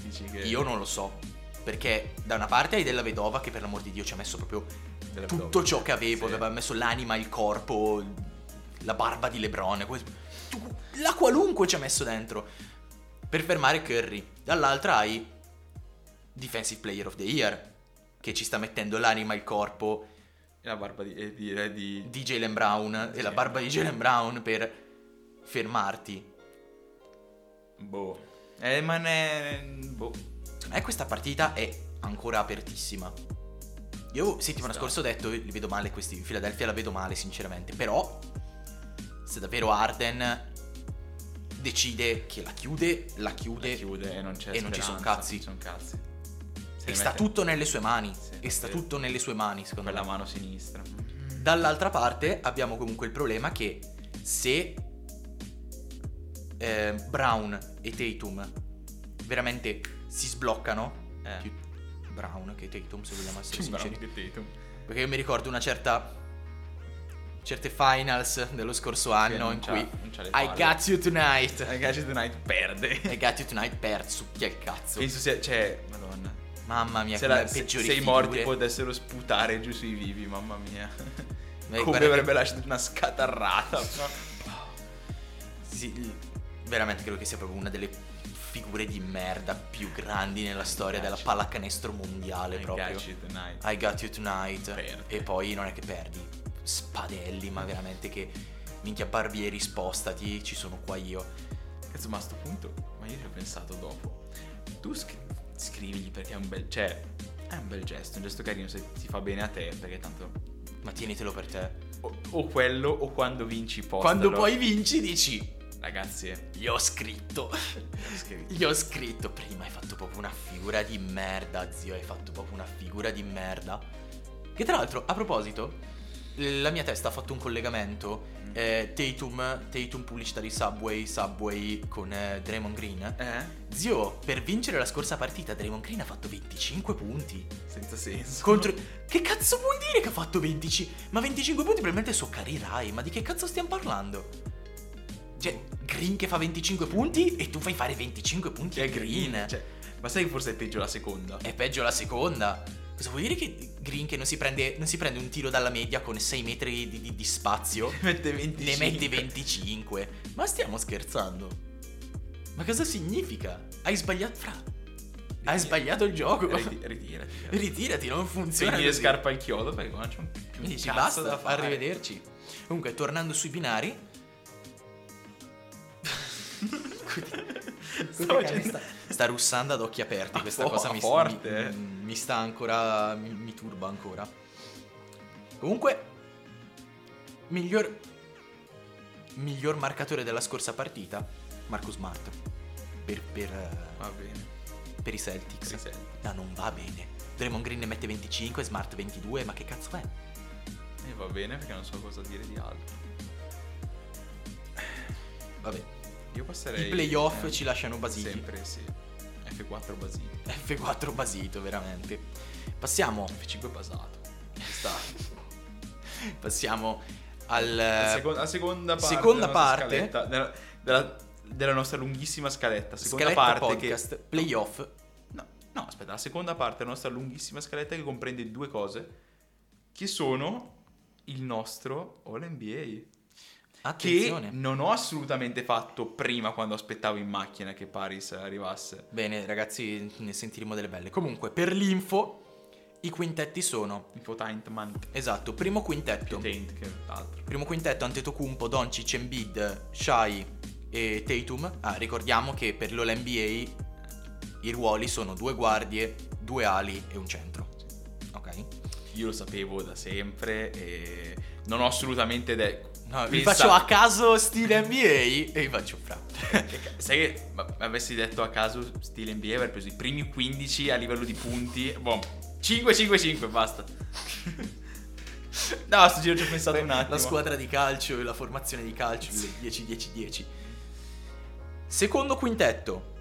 S2: Dici che
S1: Io non lo so. Perché da una parte hai della vedova che per l'amor di Dio ci ha messo proprio
S2: Della
S1: tutto
S2: vedova.
S1: ciò che avevo,
S2: Sì.
S1: aveva messo l'anima, il corpo, la barba di Lebron, que- tu- la qualunque ci ha messo dentro per fermare Curry. Dall'altra hai Defensive Player of the Year che ci sta mettendo l'anima, il corpo
S2: La barba di... eh, di, eh, di-
S1: di Jalen Brown e la barba di Jalen Brown per fermarti.
S2: Boh. Eh, ma ne... Boh.
S1: Secondo me questa partita è ancora apertissima. Io settimana
S2: Sta.
S1: scorsa ho detto li vedo male questi Philadelphia la vedo male sinceramente, però se davvero Arden decide che la chiude, la chiude,
S2: La chiude e non c'è
S1: e non ci
S2: speranza,
S1: son cazzi.
S2: Non ci sono cazzi. Se
S1: e
S2: ne
S1: sta
S2: mette
S1: tutto nelle sue mani,
S2: Sì,
S1: e sta
S2: davvero.
S1: tutto nelle sue mani secondo
S2: Quella
S1: me.
S2: mano sinistra.
S1: Dall'altra parte abbiamo comunque il problema che se eh, Brown e Tatum veramente si sbloccano,
S2: Eh.
S1: più Brown che Tatum se vogliamo essere
S2: Sì,
S1: sinceri,
S2: bravo, che Tatum.
S1: Perché io mi ricordo una certa. certe finals dello scorso anno
S2: non
S1: Ah, in
S2: c'ha-
S1: cui.
S2: non c'ha le
S1: I
S2: palle."
S1: got Ecco. you tonight.
S2: I Gadget Tonight perde.
S1: I got you tonight per succhia il cazzo.
S2: Penso sia... Cioè... Madonna.
S1: Mamma mia,
S2: se,
S1: come
S2: la- se-
S1: peggiori
S2: se i
S1: figure.
S2: morti potessero sputare giù sui vivi, mamma mia.
S1: Eh,
S2: Come
S1: guarda che-
S2: avrebbe lasciato una scatarrata.
S1: Sì, l- veramente credo che sia proprio una delle figure di merda più grandi nella storia
S2: I
S1: della
S2: got you.
S1: pallacanestro mondiale
S2: I
S1: proprio.
S2: Gadget Tonight.
S1: I got you tonight.
S2: Perde.
S1: E poi non è che perdi. Spadelli, ma veramente che. Minchia Barbieri, spostati, ci sono qua io.
S2: Cazzo, ma a sto punto, ma io ci ho pensato dopo. Tu scri- scrivigli perché è un bel. cioè, è un bel gesto, un gesto carino se ti fa bene a te, perché tanto.
S1: Ma tienitelo per te.
S2: O, o quello o quando vinci postalo.
S1: Quando poi vinci dici
S2: Ragazzi, eh,
S1: Gli ho scritto
S2: scrivi.
S1: Gli ho scritto Prima hai fatto proprio una figura di merda Zio hai fatto proprio una figura di merda Che tra l'altro a proposito La mia testa ha fatto un collegamento
S2: Mm.
S1: eh, Tatum, Tatum pubblicità di Subway, Subway con eh, Draymond Green.
S2: Eh?
S1: Zio, per vincere la scorsa partita Draymond Green ha fatto 25 punti.
S2: Senza senso.
S1: Contro... Che cazzo vuol dire che ha fatto 25? Ma 25 punti probabilmente so Curry Rai, ma di che cazzo stiamo parlando? Cioè, Green che fa 25 punti e tu fai fare 25 punti a
S2: Cioè,
S1: Green.
S2: Cioè, ma sai che forse è peggio la seconda?
S1: È peggio la seconda. Cosa vuol dire che Green che non si prende, non si prende un tiro dalla media con 6 metri di, di- di spazio?
S2: mette
S1: ne mette 25. Ma stiamo scherzando? Ma cosa significa? Hai sbagliato. Fra. Hai sbagliato il gioco.
S2: Riti- Ritira.
S1: Ritirati, non funziona.
S2: Prendi le
S1: così.
S2: scarpe al chiodo perché non c'è un più
S1: Mi dici
S2: cazzo
S1: basta,
S2: da fare.
S1: arrivederci. Comunque, tornando sui binari.
S2: Stavo facendo-
S1: Sta russando ad occhi aperti.
S2: Ah,
S1: Questa
S2: fo-
S1: cosa mi,
S2: forte. eh.
S1: mi, mi sta ancora. Mi, mi turba ancora. Comunque, miglior, miglior marcatore della scorsa partita, Marco Smart. Per, per, eh,
S2: Va bene.
S1: per i Celtics.
S2: Sì, sì.
S1: No, non va bene. Draymond Green ne mette 25, Smart 22. Ma che cazzo è?
S2: E va bene perché non so cosa dire di altro.
S1: Vabbè.
S2: Io passerei. eh,
S1: I playoff ci lasciano basiti.
S2: Sempre sì. F4 basiti.
S1: F4 basito, veramente. Passiamo,
S2: F5 basato. Ci Sta.
S1: passiamo al...
S2: La seconda, la seconda parte.
S1: Eh, Seconda
S2: della nostra
S1: parte.
S2: scaletta- della, della- della nostra lunghissima scaletta. Seconda
S1: scaletta
S2: parte
S1: podcast,
S2: che.
S1: playoff.
S2: No, no, aspetta, la seconda parte della nostra lunghissima scaletta che comprende due cose. Che sono il nostro All NBA. Che
S1: Attenzione.
S2: non ho assolutamente fatto prima quando aspettavo in macchina che Paris arrivasse.
S1: Bene, ragazzi, ne sentiremo delle belle. Comunque, per l'info, i quintetti sono...
S2: Info Taintman.
S1: Esatto, primo quintetto.
S2: Taint che altro.
S1: Primo quintetto Antetokounmpo, Doncic, Embiid, Shai e Tatum. Ah, ricordiamo che per l'All-NBA i ruoli sono due guardie, due ali e un centro. Ok?
S2: Io lo sapevo da sempre e non ho assolutamente detto.
S1: No, vi faccio a caso stile NBA e vi faccio fra.
S2: Sai che ma- ma avessi detto a caso stile NBA avrei preso i primi 15 a livello di punti. Boh, 5 5 5 basta. no, a sto giro ci ho pensato un attimo.
S1: La squadra di calcio e la formazione di calcio, le 10-10-10. Secondo quintetto.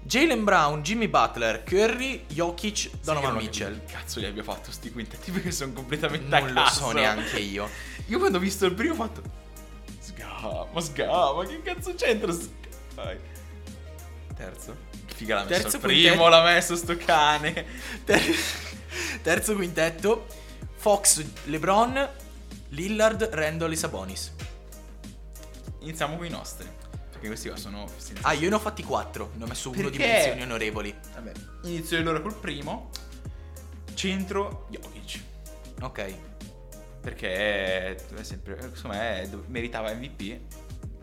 S1: Jalen Brown, Jimmy Butler, Curry, Jokic,
S2: Sai che
S1: Donovan
S2: non ho
S1: Mitchell.
S2: capito Che cazzo li abbia fatto sti quintetti perché sono completamente a
S1: Non lo
S2: caso.
S1: so neanche io.
S2: Io quando ho visto il primo ho fatto Sga, ma sga, ma che cazzo c'entra? Sga? Vai. Terzo. Che Figa l'ha messo
S1: Terzo
S2: il
S1: quintetto.
S2: primo, l'ha messo sto cane.
S1: Ter- terzo quintetto. Fox, LeBron, Lillard, Randall e Sabonis.
S2: Iniziamo con i nostri. Perché questi qua sono senza...
S1: Ah, io ne ho fatti 4. Ne ho messo uno di
S2: Perché?
S1: menzioni onorevoli.
S2: Vabbè. Inizio allora col primo. Centro Jokic.
S1: Ok.
S2: Perché è sempre, secondo me, è dove- meritava MVP.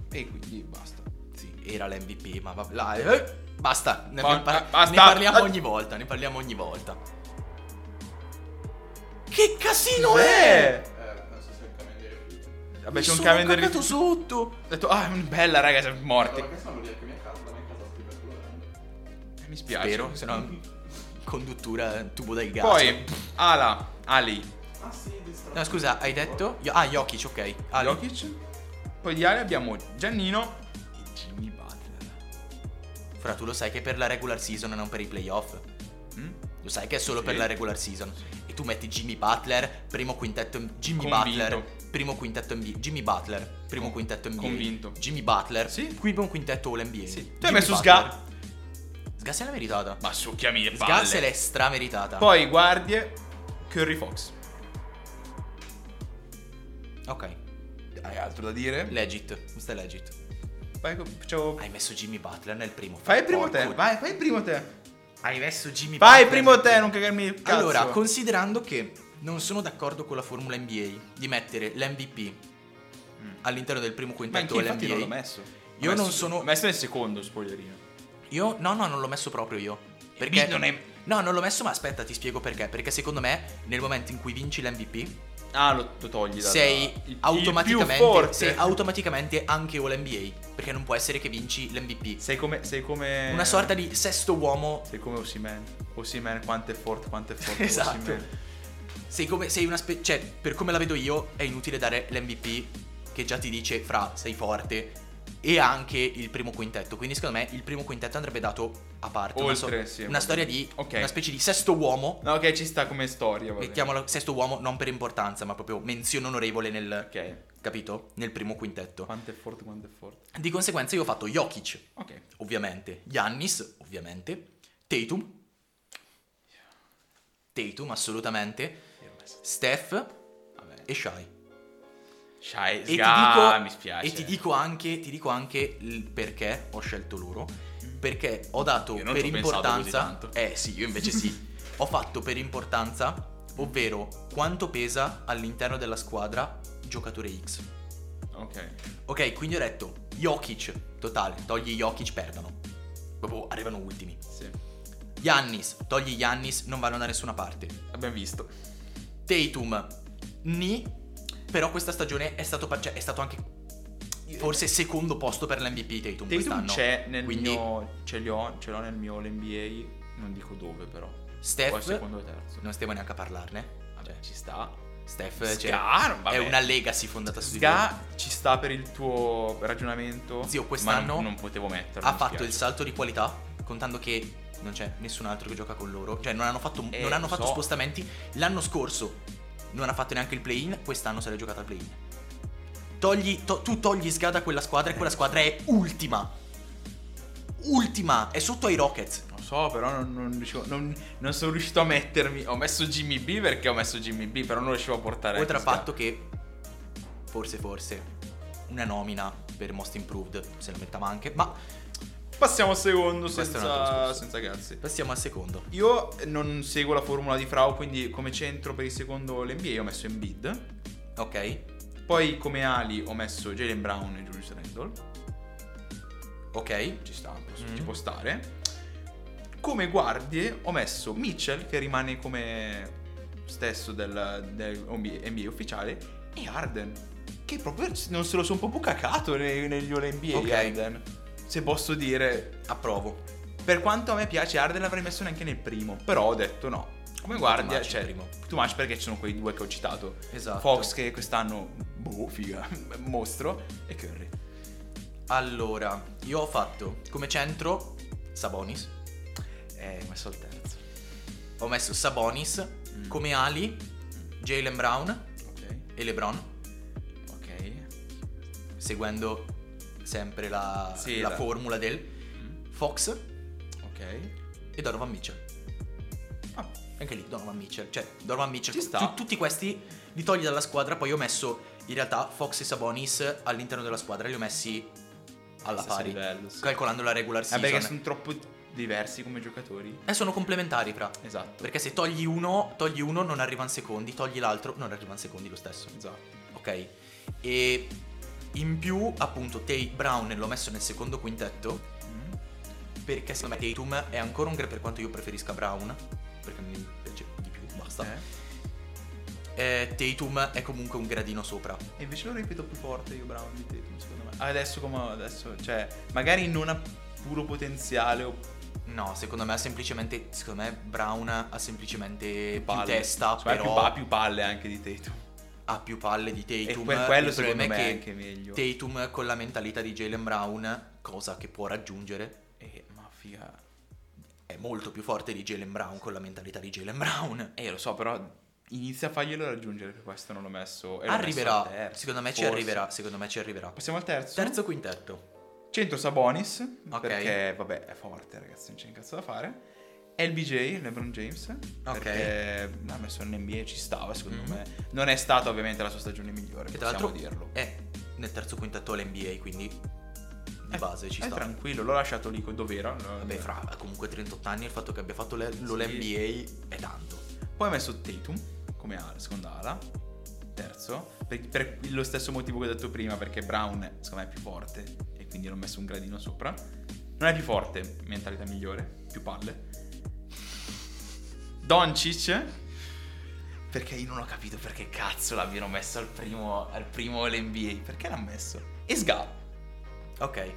S2: E quindi basta.
S1: Sì, era l'MVP, ma va- la- eh, basta, ne,
S2: Ma-
S1: abbiamo par-
S2: ah, basta.
S1: ne parliamo
S2: Ah.
S1: ogni volta, ne parliamo ogni volta. Che casino è?
S2: Cos'è?
S3: Eh, penso sia il cameriere.
S2: Eh, Vabbè,
S1: Mi
S2: c'è un
S1: sono
S2: calendar
S1: cagato sotto.
S2: Ho detto, ah, bella raga, siamo morti.
S3: Allora, che sono lì a mia casa, la mia casa sta per quello.
S2: Eh, Mi spiace.
S1: Vero, se no conduttura tubo del gas.
S2: Poi, Ala, Ali,
S3: Ah sì, distratto.
S1: No, scusa, hai detto? Io- ah, Jokic, ok. Ah,
S2: Jokic. Poi di Ali abbiamo Giannino e Jimmy Butler.
S1: Fra tu lo sai che è per la regular season e non per i playoff.
S2: Mm?
S1: Lo sai che è solo
S2: Sì.
S1: per la regular season. E tu metti Jimmy Butler, primo quintetto Jimmy
S2: Convinto.
S1: Butler, primo quintetto NBA, Jimmy Butler, primo
S2: Con-
S1: quintetto NBA.
S2: convinto.
S1: Jimmy Butler,
S2: Sì.
S1: primo quintetto All NBA.
S2: Sì. Tu hai
S1: Jimmy
S2: messo
S1: Butler.
S2: Sga.
S1: Sga se l'ha meritata.
S2: Ma su, chiami le
S1: Sga se
S2: palle.
S1: l'è strameritata.
S2: Poi guardie, Curry Fox.
S1: Ok.
S2: Hai altro da dire?
S1: Legit, questa è legit.
S2: Vai, co- facciamo-
S1: Hai messo Jimmy Butler nel primo.
S2: Fai il primo
S1: Porco
S2: Oh, te, vai, fai il primo te.
S1: Hai messo Jimmy
S2: Vai il
S1: Butler
S2: primo
S1: nel
S2: te, non cagarmi il cazzo.
S1: Allora, considerando che non sono d'accordo con la formula NBA di mettere l'MVP
S2: Mm.
S1: all'interno del primo
S2: Ma
S1: quintetto
S2: anche infatti non l'ho
S1: dell'NBA,
S2: messo. Ho
S1: Io
S2: messo-
S1: non sono-
S2: Ho messo nel secondo, spoilerino.
S1: io no, no, non l'ho messo proprio io. Perché
S2: Mi- non è-
S1: No, non l'ho messo, ma aspetta, ti spiego perché. Perché secondo me, nel momento in cui vinci l'MVP,
S2: Ah, lo, lo togli da
S1: sei
S2: il- il
S1: automaticamente
S2: più forte.
S1: sei automaticamente anche all NBA, perché non può essere che vinci l'MVP.
S2: Sei come... Sei come...
S1: Una sorta di sesto uomo
S2: Sei come Osimen. Osimen quanto è forte, quanto è forte
S1: Esatto.
S2: Osimhen.
S1: Sei come sei una specie. Cioè, per come la vedo io, è inutile dare l'MVP che già ti dice fra sei forte e anche il primo quintetto. Quindi secondo me il primo quintetto andrebbe dato a parte. una so-
S2: Oltre, sì,
S1: una
S2: vabbè.
S1: storia di
S2: Ok.
S1: una specie di sesto uomo.
S2: No, ok, ci sta come storia. va bene.
S1: Mettiamolo sesto uomo non per importanza, ma proprio menzione onorevole nel
S2: Ok.
S1: capito? Nel primo quintetto.
S2: Quanto è forte, quanto è forte.
S1: Di conseguenza io ho fatto Jokic,
S2: Ok.
S1: ovviamente, Giannis, ovviamente, Tatum Tatum assolutamente,
S2: Io ho messo-
S1: Steph
S2: Vabbè.
S1: e Shai.
S2: Shai,
S1: E ti
S2: sga,
S1: dico-
S2: mi spiace.
S1: E ti dico anche, ti dico anche il perché ho scelto loro. Perché ho dato
S2: Io non
S1: per
S2: ci ho pensato così
S1: importanza.
S2: tanto.
S1: Eh sì, io invece sì. ho fatto per importanza, ovvero quanto pesa all'interno della squadra giocatore X.
S2: Ok.
S1: Ok, quindi ho detto Jokic, totale, togli Jokic, perdono. Proprio arrivano ultimi.
S2: Sì.
S1: Yannis, togli Yannis, non vanno da nessuna parte.
S2: Abbiamo visto.
S1: Tatum, ni, però questa stagione è stato, pa- cioè, è stato anche forse secondo posto per l'MVP Tatum,
S2: Tatum
S1: quest'anno.
S2: c'è nel
S1: Quindi-
S2: mio. Ce l'ho, ce l'ho nel mio l'NBA. Non dico dove, però. Poi
S1: Steph,
S2: secondo o terzo.
S1: non stiamo neanche a parlarne.
S2: Vabbè,
S1: Cioè,
S2: ci sta.
S1: Steph
S2: Sga,
S1: cioè,
S2: non va
S1: è
S2: bene.
S1: una legacy fondata su di lui.
S2: Sga ci sta per il tuo ragionamento.
S1: Zio,
S2: ma
S1: quest'anno
S2: non, non potevo metterlo.
S1: Ha
S2: mi
S1: fatto il
S2: spiace.
S1: salto di qualità, contando che non c'è nessun altro che gioca con loro. Cioè, non hanno fatto,
S2: Eh,
S1: non hanno
S2: lo
S1: fatto
S2: so.
S1: spostamenti. L'anno scorso non ha fatto neanche il play-in, quest'anno sarà giocata al play-in. Togli, to- tu togli Sga da quella squadra
S2: Eh.
S1: e quella squadra è ultima. Ultima, è sotto ai Rockets.
S2: Lo so, però non, non riuscivo- non- non sono riuscito a mettermi. Ho messo Jimmy B perché ho messo Jimmy B, però non riuscivo a portare.
S1: Oltre al
S2: Sga.
S1: fatto che, forse, forse, una nomina per Most Improved, se la mettiamo anche. Ma
S2: Passiamo al secondo
S1: Questo è un
S2: senza,
S1: altro
S2: senza cazzi.
S1: passiamo al secondo.
S2: Io non seguo la formula di Frau, quindi come centro per il secondo l'NBA ho messo Embiid.
S1: Ok,
S2: Poi come ali ho messo Jalen Brown e Julius Randle.
S1: ok.
S2: Ci sta, posso-
S1: Mm.
S2: ci può stare. Come guardie ho messo Mitchell, che rimane come stesso del, del NBA, ufficiale, e Arden, che proprio non se lo sono proprio cacato ne- negli All NBA
S1: Ok.
S2: Harden, Se posso dire,
S1: Approvo.
S2: per quanto a me piace Arden l'avrei messo neanche nel primo, però ho detto no. Come guardia,
S1: Too much il
S2: cioè,
S1: primo.
S2: too much perché ci sono quei due che ho citato.
S1: Esatto.
S2: Fox che quest'anno, boh, figa, mostro, e Curry.
S1: Allora, io ho fatto come centro Sabonis.
S2: Eh, ho messo il terzo.
S1: Ho messo Sabonis
S2: Mm.
S1: come ali, Jalen Brown
S2: Ok.
S1: e LeBron,
S2: Ok.
S1: seguendo sempre la,
S2: Sì,
S1: la
S2: la-
S1: formula del
S2: Mm.
S1: Fox
S2: Ok.
S1: e Donovan Mitchell.
S2: Ah,
S1: Anche lì Donovan Mitchell, cioè Donovan Mitchell.
S2: Ci
S1: tu-
S2: sta.
S1: tutti questi li togli dalla squadra, poi ho messo in realtà Fox e Sabonis all'interno della squadra, li ho messi alla
S2: stesso
S1: pari,
S2: livello, sì.
S1: calcolando la regular
S2: Eh,
S1: season.
S2: perché sono troppo diversi come giocatori.
S1: E sono complementari, fra.
S2: Esatto.
S1: Perché se togli uno, togli uno non arrivano secondi, togli l'altro non arrivano secondi lo stesso.
S2: Esatto.
S1: Ok? E in più, appunto, Tate Brown l'ho messo nel secondo quintetto
S2: Mm,
S1: perché secondo me Tatum è ancora un gra- per quanto io preferisca Brown, perché mi piace di più, basta.
S2: Eh.
S1: Eh, Tatum è comunque un gradino sopra.
S2: E invece lo ripeto più forte io Brown di Tatum, secondo me. Adesso come adesso, cioè, magari non ha puro potenziale o
S1: No, secondo me ha semplicemente secondo me Brown ha semplicemente più
S2: palle.
S1: testa,
S2: Secondo me
S1: però
S2: ha più, ha più palle anche di Tatum.
S1: ha più palle di Tatum.
S2: e per quello
S1: Il problema
S2: secondo me eh, è
S1: che
S2: anche meglio.
S1: Tatum con la mentalità di Jalen Brown, cosa che può raggiungere,
S2: Eh, ma figa.
S1: è molto più forte di Jalen Brown con la mentalità di Jalen Brown.
S2: Eh, lo so, però inizia a farglielo raggiungere, per questo non l'ho messo. e l'ho messo al
S1: Arriverà,
S2: terzo,
S1: secondo me ci
S2: forse.
S1: arriverà, secondo me ci arriverà.
S2: Passiamo al terzo.
S1: Terzo quintetto.
S2: Centro Sabonis,
S1: Ok.
S2: perché vabbè è forte ragazzi, non c'è un cazzo da fare. LBJ, LeBron James,
S1: Ok.
S2: perché l'ha messo nell'NBA e ci stava secondo
S1: Mhm.
S2: me. Non è stata ovviamente la sua stagione migliore,
S1: Che tra
S2: possiamo
S1: l'altro
S2: dirlo.
S1: è nel terzo quintetto l'NBA, quindi di
S2: È-
S1: base ci
S2: Eh, è
S1: sta.
S2: tranquillo, l'ho lasciato lì dov'era. l'ho-
S1: Vabbè, fra ha comunque 38 anni il fatto che abbia fatto le- lo
S2: Sì.
S1: l'NBA è tanto.
S2: Poi ho messo Tatum come ala, seconda ala, terzo, per, per lo stesso motivo che ho detto prima, perché Brown secondo me è più forte e quindi l'ho messo un gradino sopra. Non è più forte, mentalità migliore, più palle. Doncic, perché io non ho capito perché cazzo l'abbiano messo al primo, al primo l'NBA, perché l'ha messo? E Sga,
S1: Ok,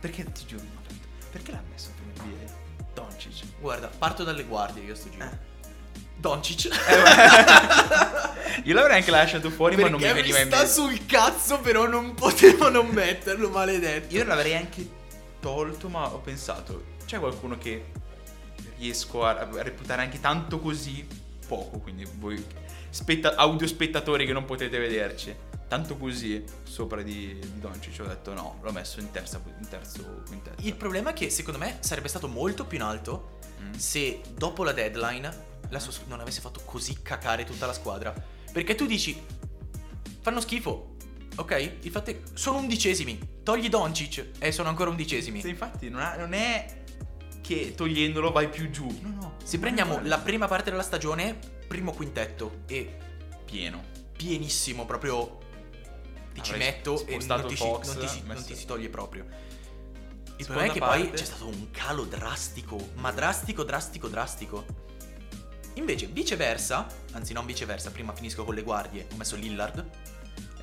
S2: perché ti giuro non ho capito, perché l'ha messo al primo NBA? Doncic.
S1: guarda, parto dalle guardie io sto giro.
S2: Eh.
S1: Doncic.
S2: Io l'avrei anche lasciato fuori, ma non mi
S1: Perché mi
S2: veniva in
S1: sta
S2: mente.
S1: sul cazzo, però non potevo non metterlo, maledetto.
S2: Io non l'avrei anche tolto, ma ho pensato, c'è qualcuno che riesco a, a reputare anche tanto così poco, quindi voi spetta- audiospettatori che non potete vederci, tanto così sopra di, di Doncic, ho detto no, l'ho messo in, terza, in terzo quintetto.
S1: Il problema è che secondo me sarebbe stato molto più in alto
S2: Mm.
S1: se dopo la deadline la sua squ- non avesse fatto così cacare tutta la squadra. Perché tu dici, fanno schifo, ok? Infatti sono undicesimi, togli Doncic e sono ancora undicesimi.
S2: Se infatti non, ha- non è che togliendolo vai più giù, no no,
S1: Se prendiamo la prima parte della stagione, primo quintetto e
S2: pieno.
S1: pienissimo, proprio ti ci
S2: Avrei
S1: metto e
S2: spostato
S1: non ti, si-
S2: Fox, eh,
S1: non ti si- non
S2: messo-
S1: ti si toglie proprio. Il
S2: Seconda
S1: problema è che poi
S2: parte.
S1: c'è stato un calo drastico, ma drastico, drastico, drastico. Invece, viceversa, anzi non viceversa, prima finisco con le guardie, ho messo Lillard.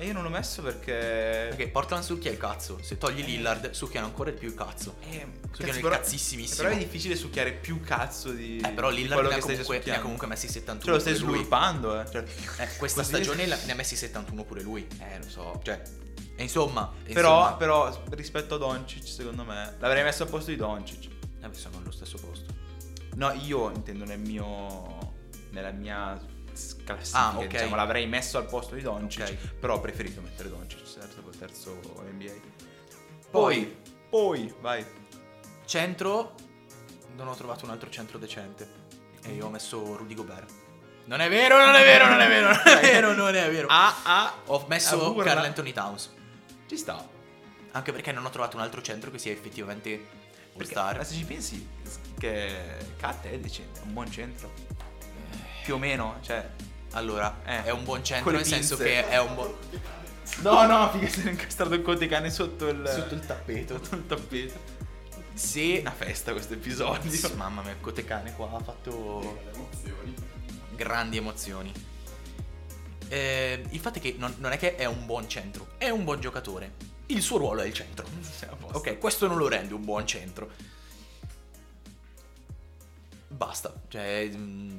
S2: Eh. E io non l'ho messo perché...
S1: Perché Portland succhia il cazzo, se togli Lillard succhiano ancora di più il cazzo.
S2: Eh,
S1: Succhiano il
S2: però-
S1: cazzissimissimo.
S2: Però è difficile succhiare più cazzo di.
S1: Eh, però
S2: di
S1: Lillard
S2: quello
S1: ne ha,
S2: che stai già
S1: comunque, ne ha
S2: succhiando.
S1: comunque messi 71.
S2: Cioè, lo stai
S1: pure lui.
S2: sviluppando, eh. Cioè,
S1: Eh, questa
S2: Così-
S1: stagione la- ne ha messi 71 pure lui.
S2: Eh, lo so.
S1: Cioè, e insomma, e
S2: Però,
S1: insomma,
S2: però, rispetto a Doncic, secondo me, l'avrei messo al posto di Doncic.
S1: Vabbè, sono allo stesso posto.
S2: No, io intendo nel mio. nella mia s- classifica.
S1: Ah, ok.
S2: Diciamo, l'avrei messo al posto di Doncic.
S1: Ok.
S2: Però ho preferito mettere Doncic terzo, terzo NBA.
S1: Poi-
S2: Poi, poi, vai.
S1: Centro, non ho trovato un altro centro decente. E io ho messo Rudy Gobert. Non è vero, non è vero, non è vero, non è vero, non è vero.
S2: Ah, ah.
S1: Ho messo
S2: Aburra.
S1: Carl Anthony Towns.
S2: Ci sta.
S1: Anche perché non ho trovato un altro centro che sia effettivamente
S2: Perché,
S1: all-star.
S2: ma se ci pensi, che Cat è decente, è un buon centro.
S1: Eh.
S2: Più o meno, cioè.
S1: Allora,
S2: Eh,
S1: è un buon centro
S2: con le
S1: nel senso
S2: pinze.
S1: che è un buon...
S2: No, no, figa, si è incastrato con dei cani sotto il.
S1: tappeto.
S2: sotto il tappeto. È
S1: Se...
S2: una festa questo episodio.
S1: Sì, Mamma mia, Cotecane qua ha fatto...
S3: Le emozioni.
S1: grandi emozioni. Eh, il fatto è che non, non è che è un buon centro, è un buon giocatore. Il suo ruolo è il centro.
S2: Siamo a posto.
S1: Ok, questo non lo rende un buon centro. Basta, cioè... mm,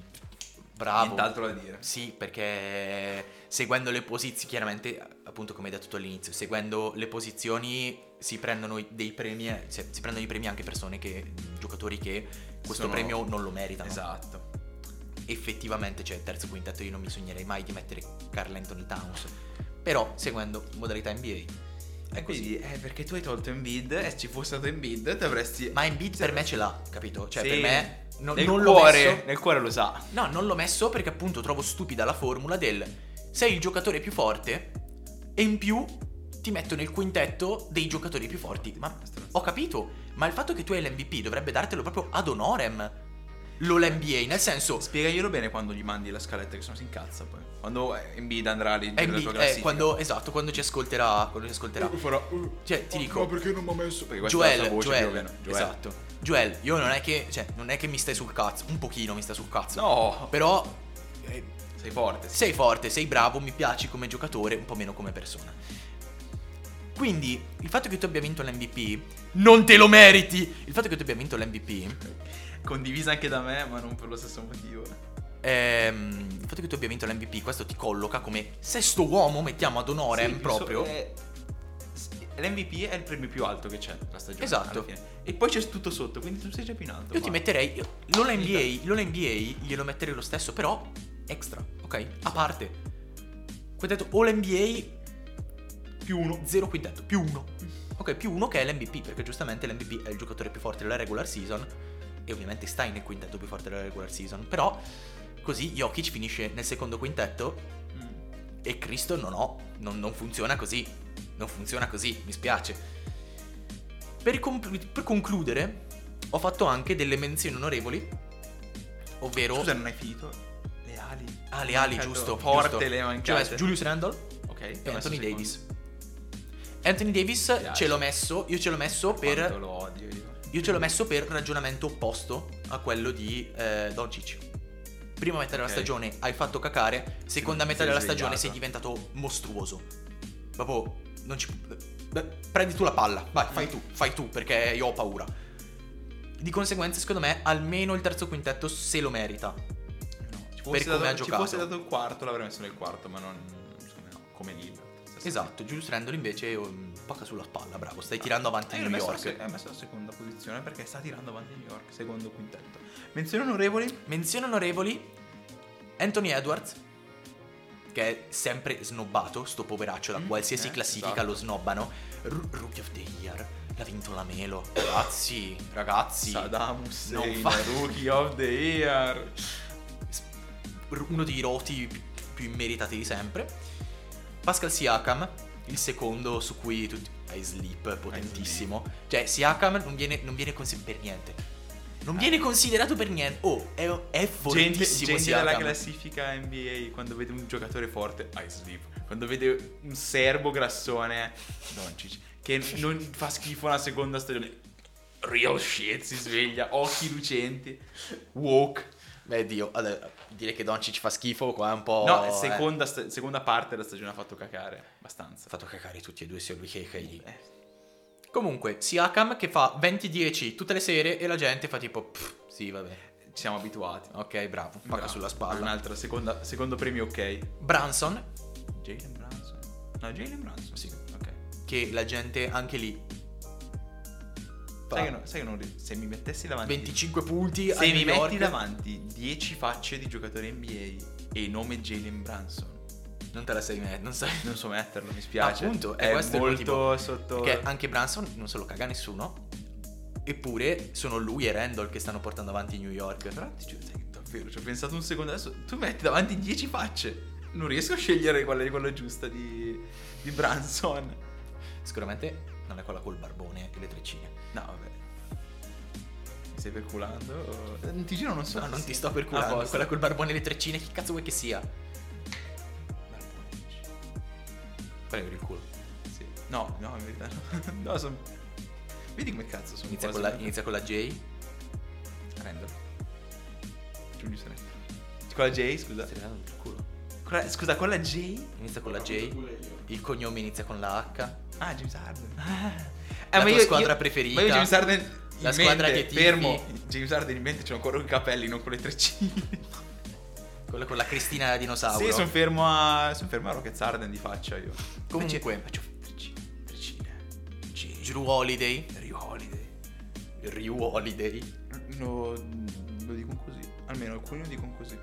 S1: Bravo.
S2: Nient'altro da dire.
S1: Sì, perché seguendo le posizioni, chiaramente, appunto come hai detto tu all'inizio, seguendo le posizioni si prendono i- dei premi, eh, cioè, si prendono i premi anche persone che, giocatori che questo
S2: Sono-
S1: premio non lo meritano
S2: Esatto.
S1: effettivamente cioè il terzo quintetto io non mi sognerei mai di mettere Carl Anthony Towns però seguendo modalità NBA è così
S2: E quindi, eh, perché tu hai tolto Embiid e ci fosse stato Embiid, ti avresti.
S1: ma Embiid per me ce l'ha capito cioè
S2: Sì.
S1: per me no-
S2: nel
S1: non l'ho
S2: cuore,
S1: messo
S2: nel cuore lo sa.
S1: no non l'ho messo perché appunto trovo stupida la formula del sei il giocatore più forte e in più ti metto nel quintetto dei giocatori più forti ma ho capito ma il fatto che tu hai l'MVP dovrebbe dartelo proprio ad honorem lo l'NBA nel senso
S2: Spiegaglielo bene quando gli mandi la scaletta, che sennò si incazza poi. Quando eh, Embiid andrà lì nella
S1: Embiid,
S2: tua
S1: eh,
S2: classifica.
S1: quando esatto quando ci ascolterà quando ci ascolterà
S2: Farà, uh,
S1: Cioè, ti
S2: oh,
S1: dico-
S2: Ma perché non mi ha messo? Perché questa è la
S1: Joel,
S2: sua voce,
S1: Joel,
S2: più o meno. Joel.
S1: esatto. Joel, io non è che, cioè, non è che mi stai sul cazzo, un pochino mi stai sul cazzo.
S2: No,
S1: Però eh,
S2: sei forte. sì.
S1: sei forte, sei bravo, mi piaci come giocatore, un po' meno come persona. Quindi, il fatto che tu abbia vinto l'MVP non te lo meriti. Il fatto che tu abbia vinto l'MVP
S2: Condivisa anche da me, ma non per lo stesso motivo.
S1: ehm, il fatto che tu abbia vinto l'MVP, questo ti colloca come sesto uomo, mettiamo ad onorem
S2: Sì,
S1: Oh, proprio.
S2: so- è- sì, L'MVP è il premio più alto che c'è la stagione.
S1: Esatto.
S2: alla fine. E poi c'è tutto sotto, quindi tu sei già più in alto.
S1: Io ti
S2: ma-
S1: metterei. io- L'All NBA, l'All NBA glielo metterei lo stesso, però extra, ok? A parte. Quintetto All NBA più uno, zero quintetto, più uno. Ok, più uno che è l'MVP, perché giustamente l'MVP è il giocatore più forte della regular season. E ovviamente stai nel quintetto più forte della regular season. Però così Jokic finisce nel secondo quintetto.
S2: Mm.
S1: E Cristo non ho. Non, non funziona così. Non funziona così, mi spiace. Per, compl- per concludere, ho fatto anche delle menzioni onorevoli. Ovvero.
S2: Scusa, non hai finito? Le ali.
S1: ah, le ali,
S2: Mancato.
S1: giusto.
S2: Forte
S1: giusto.
S2: le
S1: Ci ho
S2: mancate.
S1: messo Julius Randall
S2: ok.
S1: e
S2: adesso
S1: Anthony
S2: secondo.
S1: Davis. Anthony Davis
S2: piace.
S1: ce l'ho messo. Io ce l'ho messo
S2: Quanto
S1: per.
S2: lo odio io.
S1: Io ce l'ho messo per ragionamento opposto a quello di eh, Doncic. Prima metà della
S2: Ok.
S1: stagione hai fatto cacare, seconda
S2: Sì,
S1: metà
S2: sei
S1: della
S2: svegliato.
S1: stagione sei diventato mostruoso. Proprio non ci beh, prendi tu la palla, vai, fai tu, fai tu perché io ho paura. Di conseguenza, secondo me, almeno il terzo quintetto se lo merita.
S2: No, Ci
S1: per come ha
S2: dato, Ci
S1: giocato.
S2: fosse dato il quarto, l'avrei messo nel quarto, ma non secondo me no, come Lillard.
S1: Esatto, Julius Randle invece um, pacca sulla spalla, bravo, stai tirando avanti
S2: Eh,
S1: New
S2: l'ho messo alla
S1: York.
S2: se- eh, Ho messo la seconda posizione perché sta tirando avanti New York, secondo quintetto. Menzione onorevoli?
S1: Menzioni onorevoli Anthony Edwards che è sempre snobbato, sto poveraccio, da
S2: Mm,
S1: qualsiasi
S2: eh,
S1: classifica
S2: esatto.
S1: lo snobbano. Ru- Rookie of the Year, l'ha vinto la Melo. Ragazzi, ragazzi.
S2: Saddam Hussein,
S1: Non fa-
S2: Rookie of the Year.
S1: s- r- uno dei roti pi- più immeritati di sempre. Pascal Siakam, il secondo su cui tutti... I sleep, potentissimo. Cioè, Siakam non viene, non viene consi- per niente. Non
S2: Ah.
S1: viene considerato per niente. Oh, è, è
S2: Gente,
S1: fortissimo
S2: gente
S1: Siakam.
S2: della classifica NBA, quando vede un giocatore forte, I sleep. Quando vede un serbo grassone, Doncic, che non fa schifo una seconda stagione, real shit, si sveglia, occhi lucenti, woke.
S1: Beh, Dio, allora, dire che Doncic fa schifo qua è un po'...
S2: no,
S1: eh,
S2: seconda, sta- seconda parte della stagione ha fatto cacare, abbastanza.
S1: Ha fatto cacare tutti e due sia lui che Kylie.
S2: Eh,
S1: Comunque, Siakam che fa 20-10 tutte le sere e la gente fa tipo... "Pff, sì, vabbè.
S2: ci siamo abituati.
S1: Ok, bravo. Pacca
S2: Bravo.
S1: sulla spalla.
S2: Un'altra, seconda, secondo premio, ok.
S1: Branson,
S2: Jalen Branson. No, Jalen Branson. Sì, ok.
S1: che la gente anche lì fa
S2: Sai che, no- sai che non ri- se mi mettessi davanti
S1: 25 punti a
S2: se mi
S1: New York
S2: metti davanti 10 facce di giocatore NBA e il nome Jalen Branson
S1: non te la sei met- non sai
S2: non so metterlo mi spiace
S1: Appunto, è
S2: è
S1: questo il
S2: molto
S1: motivo.
S2: sotto
S1: perché anche Branson non se lo caga nessuno eppure sono lui e Randall che stanno portando avanti New York
S2: però ti giuro sai che davvero ci ho pensato un secondo adesso tu metti davanti 10 facce non riesco a scegliere qual è quella giusta di, di Branson
S1: sicuramente non è quella col barbone e le treccine
S2: no vabbè mi stai perculando o- Eh, ti giuro non so
S1: no non
S2: se-
S1: ti sto
S2: A
S1: perculando
S2: posto.
S1: quella col barbone e le treccine chi cazzo vuoi che sia prego il culo
S2: Sì. No, no, in verità no. no son- Vedi come cazzo sono
S1: inizia con
S2: quasi-
S1: la, inizia con la J
S2: Randall. Julius Randall. Con la J, scusa.
S1: Stai prendendo il culo.
S2: Con la- scusa, con la J?
S1: inizia con la J il cognome inizia con la H
S2: Ah, James Harden.
S1: La tua squadra preferita.
S2: Ma io James Harden in
S1: La squadra
S2: mente,
S1: che tifi.
S2: fermo. James Harden in mente c'ho ancora i capelli, non con le treccine.
S1: quella con la Cristina dinosauro
S2: Sì, sono fermo a son fermo a Rockets Harden di faccia io.
S1: Comunque.
S2: faccio faccio treccine, treccine. J.
S1: Drew Holiday
S2: Drew Holiday.
S1: Drew Holiday
S2: Lo, lo dicono così. Almeno alcuni lo dicono così.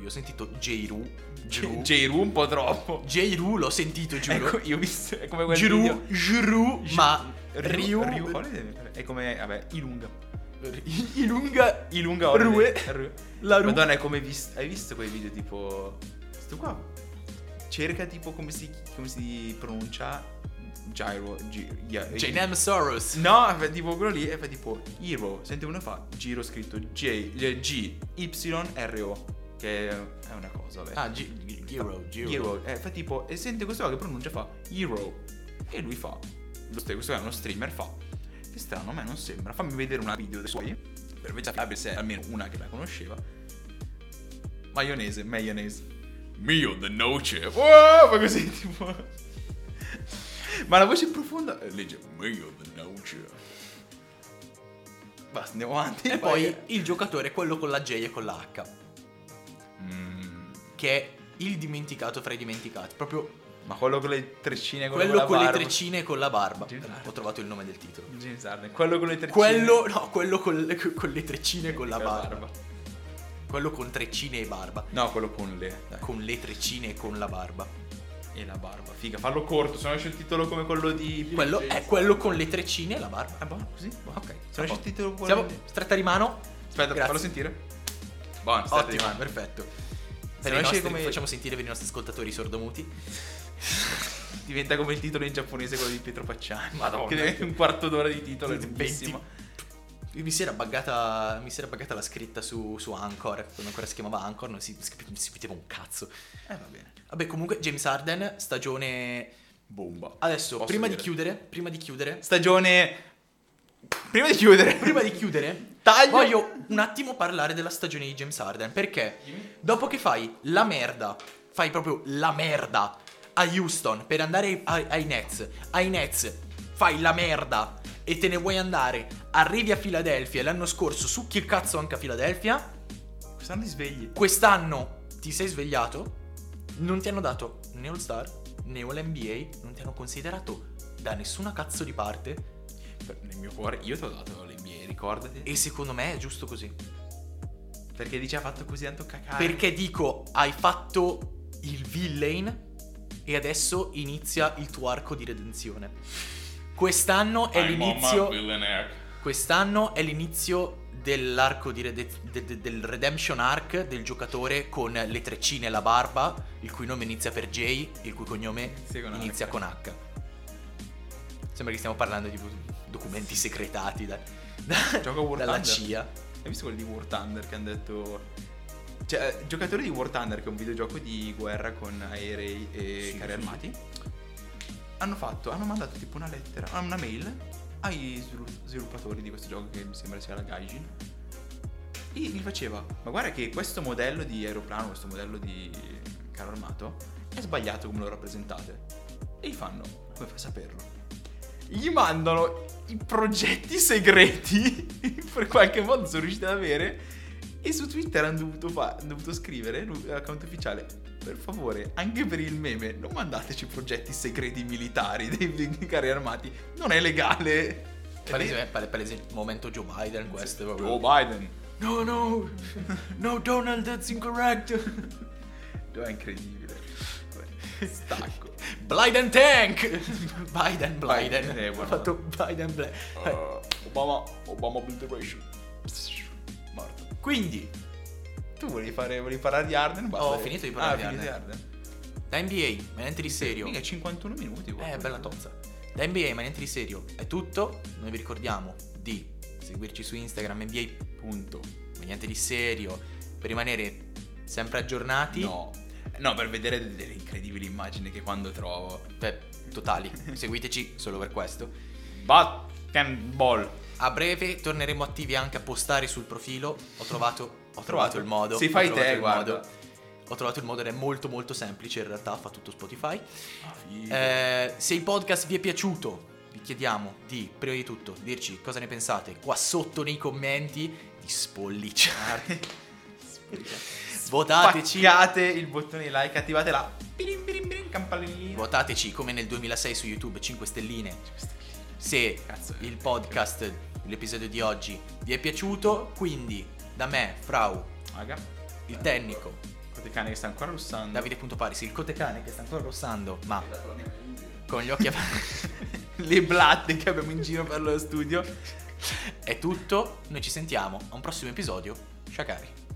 S1: Io ho sentito J-Ru Giroux.
S2: J-Ru un po' troppo.
S1: J-Ru l'ho sentito,
S2: Ecco,
S1: giuro
S2: io ho visto. È come quel
S1: Giroux,
S2: video.
S1: Giroux, ma Ryu
S2: Ryu Holiday è come. Vabbè, Ilunga.
S1: Ilunga
S2: Ilunga
S1: Rue.
S2: Holiday. Rue.
S1: La Ru
S2: Madonna, è come vis- Hai visto quei video tipo. Sto qua. Cerca tipo come si, come si pronuncia. Gyro. Gi- ya-
S1: J.N.M. Soros
S2: No, fa tipo quello lì e fa tipo Hero. Sente uno fa giro scritto J. G. Y. R. O. Che è una cosa, vabbè.
S1: Ah, G- G- Giro, Giro
S2: Hero. Eh, fa tipo, e sente questo qua che pronuncia fa Hero. E lui fa. Lo st- questo qua è uno streamer, fa. Che strano, a me non sembra. Fammi vedere una video dei suoi. Per vedere se- vabbè, se è almeno una che la conosceva. Maionese, maionese. Mio the noce. Wow, ma così tipo. ma la voce è profonda. E legge Mio the noce. Basta, andiamo avanti.
S1: E poi il giocatore, quello con la J e con la H
S2: Mm,
S1: Che è il dimenticato fra i dimenticati Proprio
S2: ma quello con le treccine. Quello,
S1: quello
S2: con,
S1: con
S2: la
S1: le
S2: barba.
S1: treccine e con la barba Eh,
S2: James Harden.
S1: Ho trovato il nome del titolo
S2: James Harden, esatto, quello con le treccine.
S1: Quello, no, quello con, con le treccine e con la barba Quello con treccine e barba Eh,
S2: No, quello con le. dai.
S1: Con le treccine e con la barba
S2: E la barba. Figa, fallo corto, se no esce il titolo come quello di.
S1: Quello è quello con le treccine e la barba.
S2: Ah, boh, così? Boh.
S1: Ok,
S2: Se no esce
S1: buono.
S2: il titolo come
S1: Siamo
S2: quello di-
S1: stretta di mano.
S2: Aspetta,
S1: Grazie.
S2: fallo sentire. Buono, stretta di
S1: Ottimo,
S2: mano.
S1: perfetto.
S2: Se
S1: Per
S2: no
S1: i
S2: esce
S1: nostri,
S2: come-
S1: Facciamo sentire per i nostri ascoltatori sordomuti.
S2: Diventa come il titolo in giapponese quello di Pietro Pacciani.
S1: Madonna.
S2: Che diventa un quarto d'ora di titolo. È
S1: 20.
S2: lunghissimo.
S1: Mi si era buggata, mi si era buggata la scritta su, su Anchor, quando ancora si chiamava Anchor, non si, non si vedeva un cazzo.
S2: Eh, va bene.
S1: Vabbè, comunque, James Harden, stagione...
S2: Bomba.
S1: Adesso,
S2: Posso
S1: prima
S2: dire?
S1: di chiudere, prima di chiudere...
S2: Stagione. Prima di chiudere.
S1: Prima di chiudere,
S2: Taglio.
S1: voglio un attimo parlare della stagione di James Harden. Perché dopo che fai la merda, fai proprio la merda a Houston per andare ai, ai Nets, ai Nets fai la merda e te ne vuoi andare, arrivi a Filadelfia l'anno scorso, succhi il cazzo anche a Filadelfia.
S2: saranno gli svegli.
S1: Quest'anno ti sei svegliato, non ti hanno dato né All Star né All NBA, non ti hanno considerato da nessuna cazzo di parte.
S2: Per- Nel mio cuore, io ti ho dato le mie, ricordati.
S1: E secondo me è giusto così.
S2: Perché dice ha fatto così tanto cacare.
S1: Perché dico, hai fatto il villain e adesso inizia il tuo arco di redenzione. Quest'anno è l'inizio. Quest'anno è l'inizio dell'arco di rede- de- de- del redemption arc del giocatore con le treccine e la barba, il cui nome inizia per J, il cui cognome
S2: Inizia con H.
S1: inizia con H. Sembra che stiamo parlando di documenti segretati da- da-
S2: Gioca War
S1: dalla
S2: Thunder.
S1: CIA.
S2: Hai visto quelli di War Thunder che hanno detto. Cioè, eh, giocatori di War Thunder, che è un videogioco di guerra con aerei e
S1: Sì,
S2: carri
S1: sì.
S2: armati, hanno fatto, hanno mandato tipo una lettera, ah, una mail ai svilu- sviluppatori di questo gioco che mi sembra sia la Gaijin. E gli faceva, ma guarda che questo modello di aeroplano, questo modello di carro armato, è sbagliato come lo rappresentate. E gli fanno, come fai a saperlo? gli mandano i progetti segreti per qualche modo sono riusciti ad avere e su Twitter hanno dovuto, fa- hanno dovuto scrivere lu- l'account ufficiale per favore anche per il meme non mandateci progetti segreti militari dei, dei carri armati non è legale
S1: Palese, pale- palese momento Joe Biden questo. è proprio-
S2: Joe Biden
S1: No, no, no, Donald, that's incorrect.
S2: Joe è incredibile Vabbè, stacco
S1: Biden Tank! Biden, Biden.
S2: Eh, Oh.
S1: Ho
S2: guarda.
S1: fatto Biden, Biden.
S2: Eh, Obama Obama obliteration morto
S1: Quindi,
S2: tu volevi, fare, volevi parlare di Arden? Basta.
S1: Ho finito di parlare
S2: Ah,
S1: di
S2: finito
S1: Harden.
S2: Harden.
S1: da NBA, ma niente di serio.
S2: Mica 51 minuti. guarda.
S1: Eh, bella tozza. Da NBA, ma niente di serio. È tutto. Noi vi ricordiamo di seguirci su Instagram NBA,
S2: Punto.
S1: ma niente di serio, per rimanere sempre aggiornati.
S2: No. No, per vedere de- delle incredibili immagini che quando trovo.
S1: Cioè, totali. Seguiteci solo per questo.
S2: Ball.
S1: A breve torneremo attivi anche a postare sul profilo. Ho trovato, ho trovato il modo.
S2: Sì,
S1: ho
S2: fai
S1: trovato
S2: te,
S1: il
S2: guarda.
S1: modo. Ho trovato il modo ed è molto molto semplice, in realtà fa tutto Spotify.
S2: Figo.
S1: Eh, se il podcast vi è piaciuto, vi chiediamo di, prima di tutto, dirci cosa ne pensate qua sotto nei commenti, di spollicciare. Votateci,
S2: Spaccate il bottone di like, attivate la pirin pirin pirin campanellina.
S1: votateci come nel 2006 su YouTube, 5 stelline. Se
S2: Cazzo,
S1: il podcast, l'episodio di oggi vi è piaciuto, quindi da me, Frau,
S2: Raga.
S1: il tecnico,
S2: Quante cane che sta ancora russando.
S1: Davide.Paris, il cotecane che sta ancora rossando, ma
S3: E la tua anima in giro.
S1: con gli occhi aperti.
S2: Le blatte che abbiamo in giro per lo studio.
S1: È tutto, noi ci sentiamo a un prossimo episodio. Ciao cari.